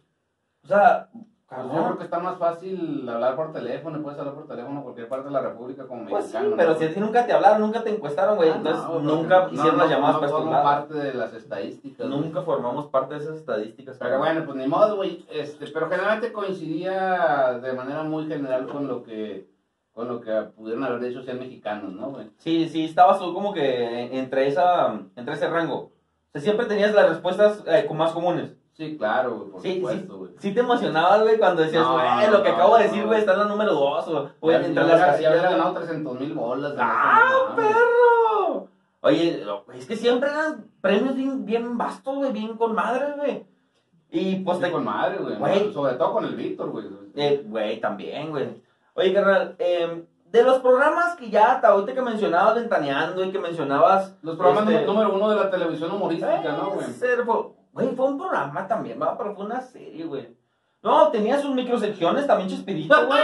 [SPEAKER 2] O sea,
[SPEAKER 3] Pues yo creo
[SPEAKER 2] cabrón.
[SPEAKER 3] que está más fácil hablar por teléfono, puedes hablar por teléfono en cualquier parte de la República como
[SPEAKER 2] Pues sí,
[SPEAKER 3] mexicano. ¿no?
[SPEAKER 2] pero si a ti nunca te hablaron, nunca te encuestaron, güey.
[SPEAKER 3] Ah,
[SPEAKER 2] Entonces
[SPEAKER 3] no,
[SPEAKER 2] nunca
[SPEAKER 3] porque
[SPEAKER 2] hicieron
[SPEAKER 3] no,
[SPEAKER 2] las
[SPEAKER 3] no,
[SPEAKER 2] llamadas
[SPEAKER 3] no
[SPEAKER 2] para estos
[SPEAKER 3] formo
[SPEAKER 2] lados.
[SPEAKER 3] parte de las estadísticas. güey.
[SPEAKER 2] Nunca formamos parte de esas estadísticas.
[SPEAKER 3] Pero bueno, pues ni modo, güey. Este, pero generalmente coincidía de manera muy general con lo que con lo que pudieron haber dicho 100 mexicanos, ¿no, güey?
[SPEAKER 2] Sí, sí, estabas tú como que entre, esa, entre ese rango. O sea, siempre tenías las respuestas eh, con más comunes.
[SPEAKER 3] Sí, claro, güey, por
[SPEAKER 2] Sí,
[SPEAKER 3] supuesto, güey.
[SPEAKER 2] Sí te emocionabas, güey, cuando decías,
[SPEAKER 3] No,
[SPEAKER 2] güey, lo que
[SPEAKER 3] no,
[SPEAKER 2] acabo de
[SPEAKER 3] no.
[SPEAKER 2] decir, güey, está en la número dos. O, güey,
[SPEAKER 3] Ya-
[SPEAKER 2] entre
[SPEAKER 3] ya
[SPEAKER 2] las
[SPEAKER 3] hubiera- ya
[SPEAKER 2] casillas.
[SPEAKER 3] hubiera ganado 300 mil bolas.
[SPEAKER 2] ¡Ah,
[SPEAKER 3] güey.
[SPEAKER 2] perro! Oye, lo- es que siempre eran premios bien, bien vastos, güey, bien con madre, güey. Y pues
[SPEAKER 3] Sí,
[SPEAKER 2] te...
[SPEAKER 3] con madre, güey.
[SPEAKER 2] Güey.
[SPEAKER 3] Sobre todo con el Víctor, güey.
[SPEAKER 2] Eh, Güey, también, güey. Oye, carnal, eh, de los programas que ya hasta ahorita que mencionabas Ventaneando y que mencionabas...
[SPEAKER 3] Los programas
[SPEAKER 2] este,
[SPEAKER 3] número uno de la televisión humorística, ¿no, güey?
[SPEAKER 2] Eh, ser- fue- Güey, fue un programa también, va, pero fue una serie, güey. No, tenía sus microsecciones también Chespirito, güey.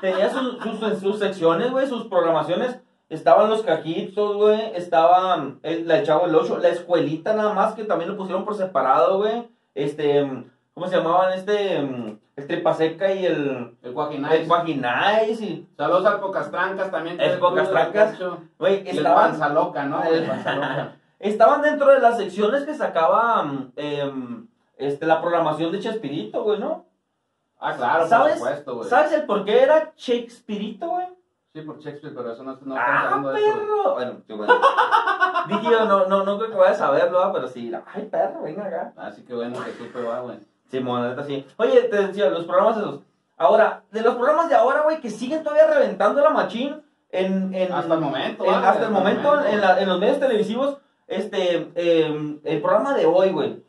[SPEAKER 2] tenía sus, sus, sus secciones, güey, sus programaciones. Estaban los caquitos, güey. Estaba el, la del Chavo del Ocho, la escuelita nada más, que también lo pusieron por separado, güey. Este, mm, ¿cómo se llamaban? Este, mm, el Tripaseca y el...
[SPEAKER 3] El Guajinay.
[SPEAKER 2] El Guajinais y...
[SPEAKER 3] Saludos al Pocastrancas también. que
[SPEAKER 2] El
[SPEAKER 3] es club de
[SPEAKER 2] Pocastrancas.
[SPEAKER 3] Pocho.
[SPEAKER 2] Güey,
[SPEAKER 3] Y el
[SPEAKER 2] estaban...
[SPEAKER 3] Panza Loca, ¿no? El Panza Loca.
[SPEAKER 2] Estaban dentro de las secciones que sacaba mm, em, este, la programación de Chespirito, güey, ¿no?
[SPEAKER 3] Ah, claro,
[SPEAKER 2] ¿Sabes?
[SPEAKER 3] por supuesto, güey.
[SPEAKER 2] ¿Sabes el por qué era Shakespearito, güey?
[SPEAKER 3] Sí, por Shakespeare, pero eso no, no está
[SPEAKER 2] ¡Ah,
[SPEAKER 3] hablando de eso.
[SPEAKER 2] perro! Bueno, sí, bueno. Dije yo, no, no, no creo que vaya a saberlo, ¿ah? pero sí, ay, perro, venga acá.
[SPEAKER 3] Así que bueno, que supe, va, güey.
[SPEAKER 2] Simón, neta, sí. Oye, te decía, los programas esos. Ahora, de los programas de ahora, güey, que siguen todavía reventando la machín en... en
[SPEAKER 3] Hasta el momento,
[SPEAKER 2] en-
[SPEAKER 3] va,
[SPEAKER 2] hasta el momento, en, la- en los medios televisivos, este, em, el programa de hoy, güey.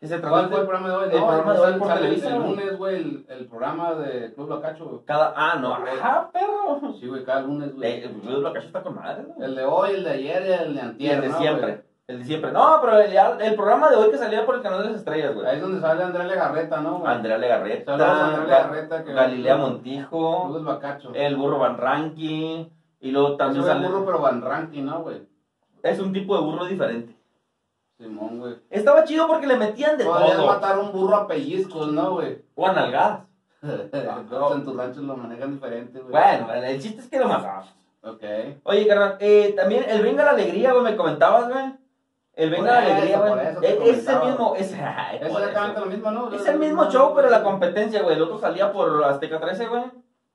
[SPEAKER 2] Que se
[SPEAKER 3] ¿Cuál
[SPEAKER 2] transmite
[SPEAKER 3] fue el programa de hoy?
[SPEAKER 2] el programa de hoy
[SPEAKER 3] sale-
[SPEAKER 2] por
[SPEAKER 3] sale
[SPEAKER 2] televisión,
[SPEAKER 3] El
[SPEAKER 2] güey.
[SPEAKER 3] lunes, güey, el, el programa de Club Locacho, güey.
[SPEAKER 2] Cada. Ah, no. Ajá, perro.
[SPEAKER 3] Sí, güey, cada lunes,
[SPEAKER 2] Eh,
[SPEAKER 3] güey.
[SPEAKER 2] El Club Locacho está con madre, güey.
[SPEAKER 3] El de hoy, el de ayer y el de antier,
[SPEAKER 2] el de
[SPEAKER 3] ¿no,
[SPEAKER 2] siempre. El de siempre. No, pero el, ya- el programa de hoy que salía por el canal de las estrellas,
[SPEAKER 3] güey?
[SPEAKER 2] güey.
[SPEAKER 3] Ahí es donde sale Andrea Legarreta, ¿no, güey?
[SPEAKER 2] Andrea Legarreta.
[SPEAKER 3] Saludos a Andrea
[SPEAKER 2] Ga-
[SPEAKER 3] Legarreta, que-
[SPEAKER 2] Galilea Montijo.
[SPEAKER 3] Club Locacho.
[SPEAKER 2] El burro Van Ranking. Y luego también
[SPEAKER 3] es un
[SPEAKER 2] Eh, sale.
[SPEAKER 3] burro, pero Van Ranking, ¿no, güey?
[SPEAKER 2] Es un tipo de burro diferente.
[SPEAKER 3] Simón, güey.
[SPEAKER 2] Estaba chido porque le metían de
[SPEAKER 3] Podrías
[SPEAKER 2] todo.
[SPEAKER 3] matar un burro a pellizcos, ¿no, güey?
[SPEAKER 2] O a nalgadas.
[SPEAKER 3] Todos en tus ranchos lo manejan diferente, güey.
[SPEAKER 2] Bueno, el chiste es que lo mataba.
[SPEAKER 3] Ok.
[SPEAKER 2] Oye, carnal, eh, también el Venga la Alegría, güey, me comentabas, güey. El Venga la
[SPEAKER 3] Por eso,
[SPEAKER 2] Alegría,
[SPEAKER 3] por
[SPEAKER 2] güey.
[SPEAKER 3] eso te
[SPEAKER 2] Eh, Es el
[SPEAKER 3] comentaba.
[SPEAKER 2] mismo, es, ay,
[SPEAKER 3] Es
[SPEAKER 2] por
[SPEAKER 3] exactamente
[SPEAKER 2] eso.
[SPEAKER 3] lo mismo, ¿no?
[SPEAKER 2] Es el mismo show, pero la competencia, güey. El otro salía por Azteca 13, güey.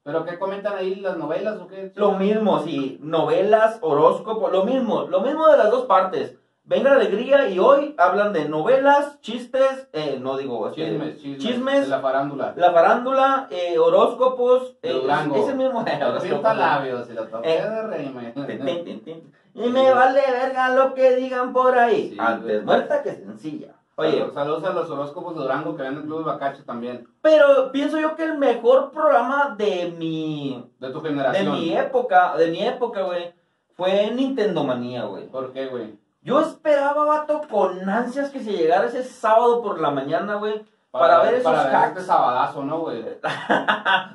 [SPEAKER 3] ¿Pero qué comentan ahí? ¿Las novelas o qué?
[SPEAKER 2] Lo mismo, sí. Novelas, horóscopo, lo mismo. Lo mismo de las dos partes. Venga la Alegría y hoy hablan de novelas, chistes, eh, no digo, este,
[SPEAKER 3] Chismes, chismes.
[SPEAKER 2] chismes,
[SPEAKER 3] de la farándula.
[SPEAKER 2] la farándula, eh, horóscopos.
[SPEAKER 3] De
[SPEAKER 2] eh,
[SPEAKER 3] Durango.
[SPEAKER 2] es el mismo.
[SPEAKER 3] Pinta labios y la toqué
[SPEAKER 2] Eh.
[SPEAKER 3] de reírme.
[SPEAKER 2] Tin, tin, tin, tin. Y me vale verga lo que digan por ahí.
[SPEAKER 3] Sí,
[SPEAKER 2] Antes
[SPEAKER 3] güey.
[SPEAKER 2] muerta que sencilla. Oye,
[SPEAKER 3] Saludos- saludos a los horóscopos de Durango que ven el Club de Bacacho también.
[SPEAKER 2] pero pienso yo que el mejor programa de mi
[SPEAKER 3] De tu
[SPEAKER 2] de
[SPEAKER 3] generación.
[SPEAKER 2] mi época, de mi época, güey, fue Nintendo Manía, güey.
[SPEAKER 3] ¿Por qué, güey?
[SPEAKER 2] Yo esperaba, vato, con ansias que se llegara ese sábado por la mañana, güey, para, ver esos
[SPEAKER 3] para
[SPEAKER 2] hacks.
[SPEAKER 3] este sabadazo, ¿no, güey?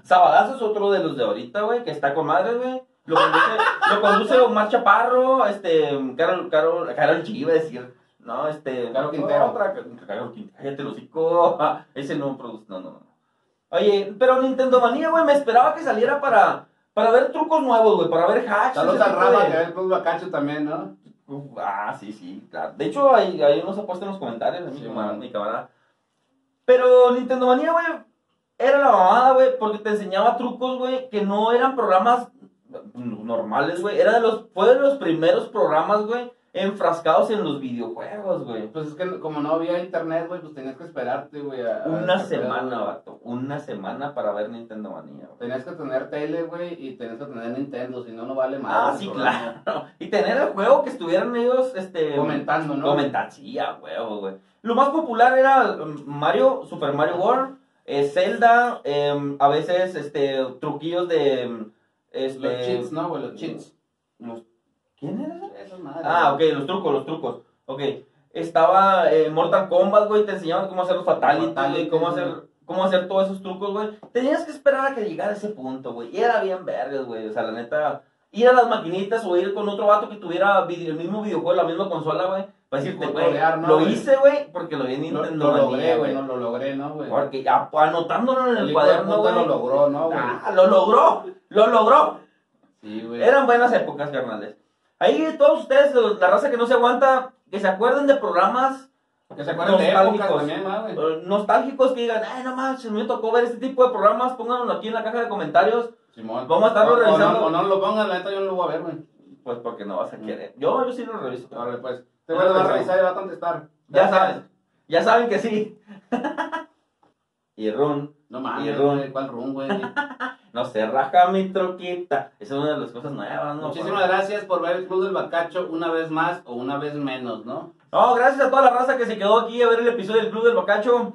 [SPEAKER 2] Sabadazo es otro de los de ahorita, güey, que está con madre, güey. Lo conduce, lo conduce Omar Chaparro, este, Carol, Carol, Carol G, iba a decir. No, este.
[SPEAKER 3] Caro
[SPEAKER 2] no,
[SPEAKER 3] Quintero.
[SPEAKER 2] otra, Caro Quintero. Cállate, el hocico. Ah, Ese no produce. No, no, no. Oye, pero Nintendo Manía, güey, me esperaba que saliera para, para ver trucos nuevos, güey, para ver hacks.
[SPEAKER 3] Saludos
[SPEAKER 2] ese
[SPEAKER 3] al
[SPEAKER 2] tipo
[SPEAKER 3] Rama,
[SPEAKER 2] de-
[SPEAKER 3] que ve el Club Bacacho también, ¿no?
[SPEAKER 2] Uf, ah, sí, sí, claro. De hecho, ahí, ahí nos ha puesto en los comentarios de mi,
[SPEAKER 3] Sí,
[SPEAKER 2] camarada,
[SPEAKER 3] man.
[SPEAKER 2] mi camarada. Pero Nintendo Manía, güey, era la mamada, güey, porque te enseñaba trucos, güey, que no eran programas n- normales, güey. Era de los, fue de los primeros programas, güey, enfrascados en los videojuegos, güey.
[SPEAKER 3] Pues es que como no había internet, güey, pues tenías que esperarte, güey. a- a ver
[SPEAKER 2] Una
[SPEAKER 3] Ah, qué pedo,
[SPEAKER 2] semana,
[SPEAKER 3] güey.
[SPEAKER 2] vato. Una semana para ver Nintendo Manía, güey.
[SPEAKER 3] Tenías que tener tele, güey, y tenías que tener Nintendo, si no, no vale más.
[SPEAKER 2] Ah, sí, claro. Y tener el juego que estuvieran ellos, este...
[SPEAKER 3] Comentando, ¿no?
[SPEAKER 2] Comentar, sí, a huevo, güey. Lo más popular era mm, Mario, Super Mario World, eh, Zelda, em, a veces este truquillos de em, este
[SPEAKER 3] Los cheats, ¿no, güey? Los cheats.
[SPEAKER 2] los- ¿Quién era?
[SPEAKER 3] Esas madres,
[SPEAKER 2] Ah, ok,
[SPEAKER 3] güey.
[SPEAKER 2] los trucos, los trucos. Ok. Estaba eh, Mortal Kombat, güey, te enseñaban cómo hacer los fatalities, güey,
[SPEAKER 3] Fatalities,
[SPEAKER 2] cómo
[SPEAKER 3] güey.
[SPEAKER 2] hacer cómo hacer todos esos trucos, güey. Tenías que esperar a que llegara ese punto, güey. Y era bien vergas, güey. O sea, la neta ir a las maquinitas o ir con otro vato que tuviera vide- el mismo videojuego, la misma consola, güey, para decirte, güey,
[SPEAKER 3] Cotorrear, ¿no,
[SPEAKER 2] lo
[SPEAKER 3] güey?
[SPEAKER 2] hice, güey, porque lo vi en
[SPEAKER 3] Lo,
[SPEAKER 2] Nintendo
[SPEAKER 3] lo
[SPEAKER 2] Manía,
[SPEAKER 3] logré, güey, no lo logré, ¿no, güey?
[SPEAKER 2] Porque ya, anotándolo en el,
[SPEAKER 3] hijo de
[SPEAKER 2] cuaderno,
[SPEAKER 3] puta
[SPEAKER 2] güey.
[SPEAKER 3] lo logró, ¿no, güey?
[SPEAKER 2] Ah, lo logró, lo logró.
[SPEAKER 3] Sí, güey.
[SPEAKER 2] Eran buenas épocas, carnales. Ahí todos ustedes, los- la raza que no se aguanta, que se acuerden de programas
[SPEAKER 3] Que se acuerdan de épocas
[SPEAKER 2] nostálgicos.
[SPEAKER 3] también, ¿no, güey?
[SPEAKER 2] eh, nostálgicos que digan, ay, no manches, me tocó ver este tipo de programas, pónganlo aquí en la caja de comentarios,
[SPEAKER 3] Simón.
[SPEAKER 2] Vamos a estarlo
[SPEAKER 3] O- o no-
[SPEAKER 2] revisando.
[SPEAKER 3] O no, lo pongan, la neta yo no lo voy a ver, güey.
[SPEAKER 2] pues porque no vas a querer. Yo, yo sí lo reviso.
[SPEAKER 3] Ahora, pues. Te
[SPEAKER 2] Ya
[SPEAKER 3] voy a
[SPEAKER 2] lo pensamos.
[SPEAKER 3] revisar y va a contestar.
[SPEAKER 2] Ya saben, ya saben que sí. y Run,
[SPEAKER 3] No
[SPEAKER 2] Y
[SPEAKER 3] mames,
[SPEAKER 2] el rum.
[SPEAKER 3] güey, ¿cuál rum, güey?
[SPEAKER 2] no se raja mi troquita. Esa es una de las cosas nuevas, ¿no?
[SPEAKER 3] Muchísimas gracias por ver el Club del Bacacho una vez más o una vez menos, ¿no?
[SPEAKER 2] No, gracias a toda la raza que se quedó aquí a ver el episodio del Club del Bocacho.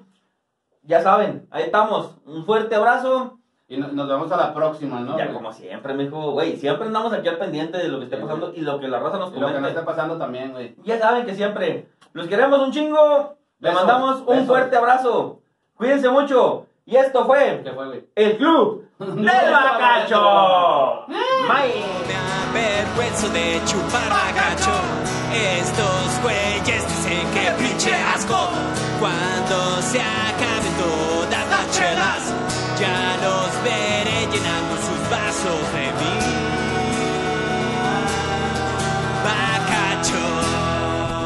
[SPEAKER 2] Ya saben, ahí estamos. Un fuerte abrazo.
[SPEAKER 3] Y no- nos vemos a la próxima, ¿no?
[SPEAKER 2] ya
[SPEAKER 3] güey?
[SPEAKER 2] como siempre, mijo, güey, siempre andamos aquí al pendiente de lo que esté
[SPEAKER 3] Sí,
[SPEAKER 2] pasando y lo que la raza nos
[SPEAKER 3] Y lo que nos
[SPEAKER 2] comente.
[SPEAKER 3] está pasando también, güey.
[SPEAKER 2] Ya saben que siempre. Los queremos un chingo. Les
[SPEAKER 3] Besos,
[SPEAKER 2] mandamos un
[SPEAKER 3] besos.
[SPEAKER 2] fuerte abrazo. Cuídense mucho. Y esto fue
[SPEAKER 3] ¿Qué fue, güey?
[SPEAKER 2] el Club del Bacacho. Bye.
[SPEAKER 1] Me avergüenzo de chupar agacho. Estos güeyes dicen que pinche asco. Cuando se acaben todas las chelas, ya los veré llenando sus vasos de vino.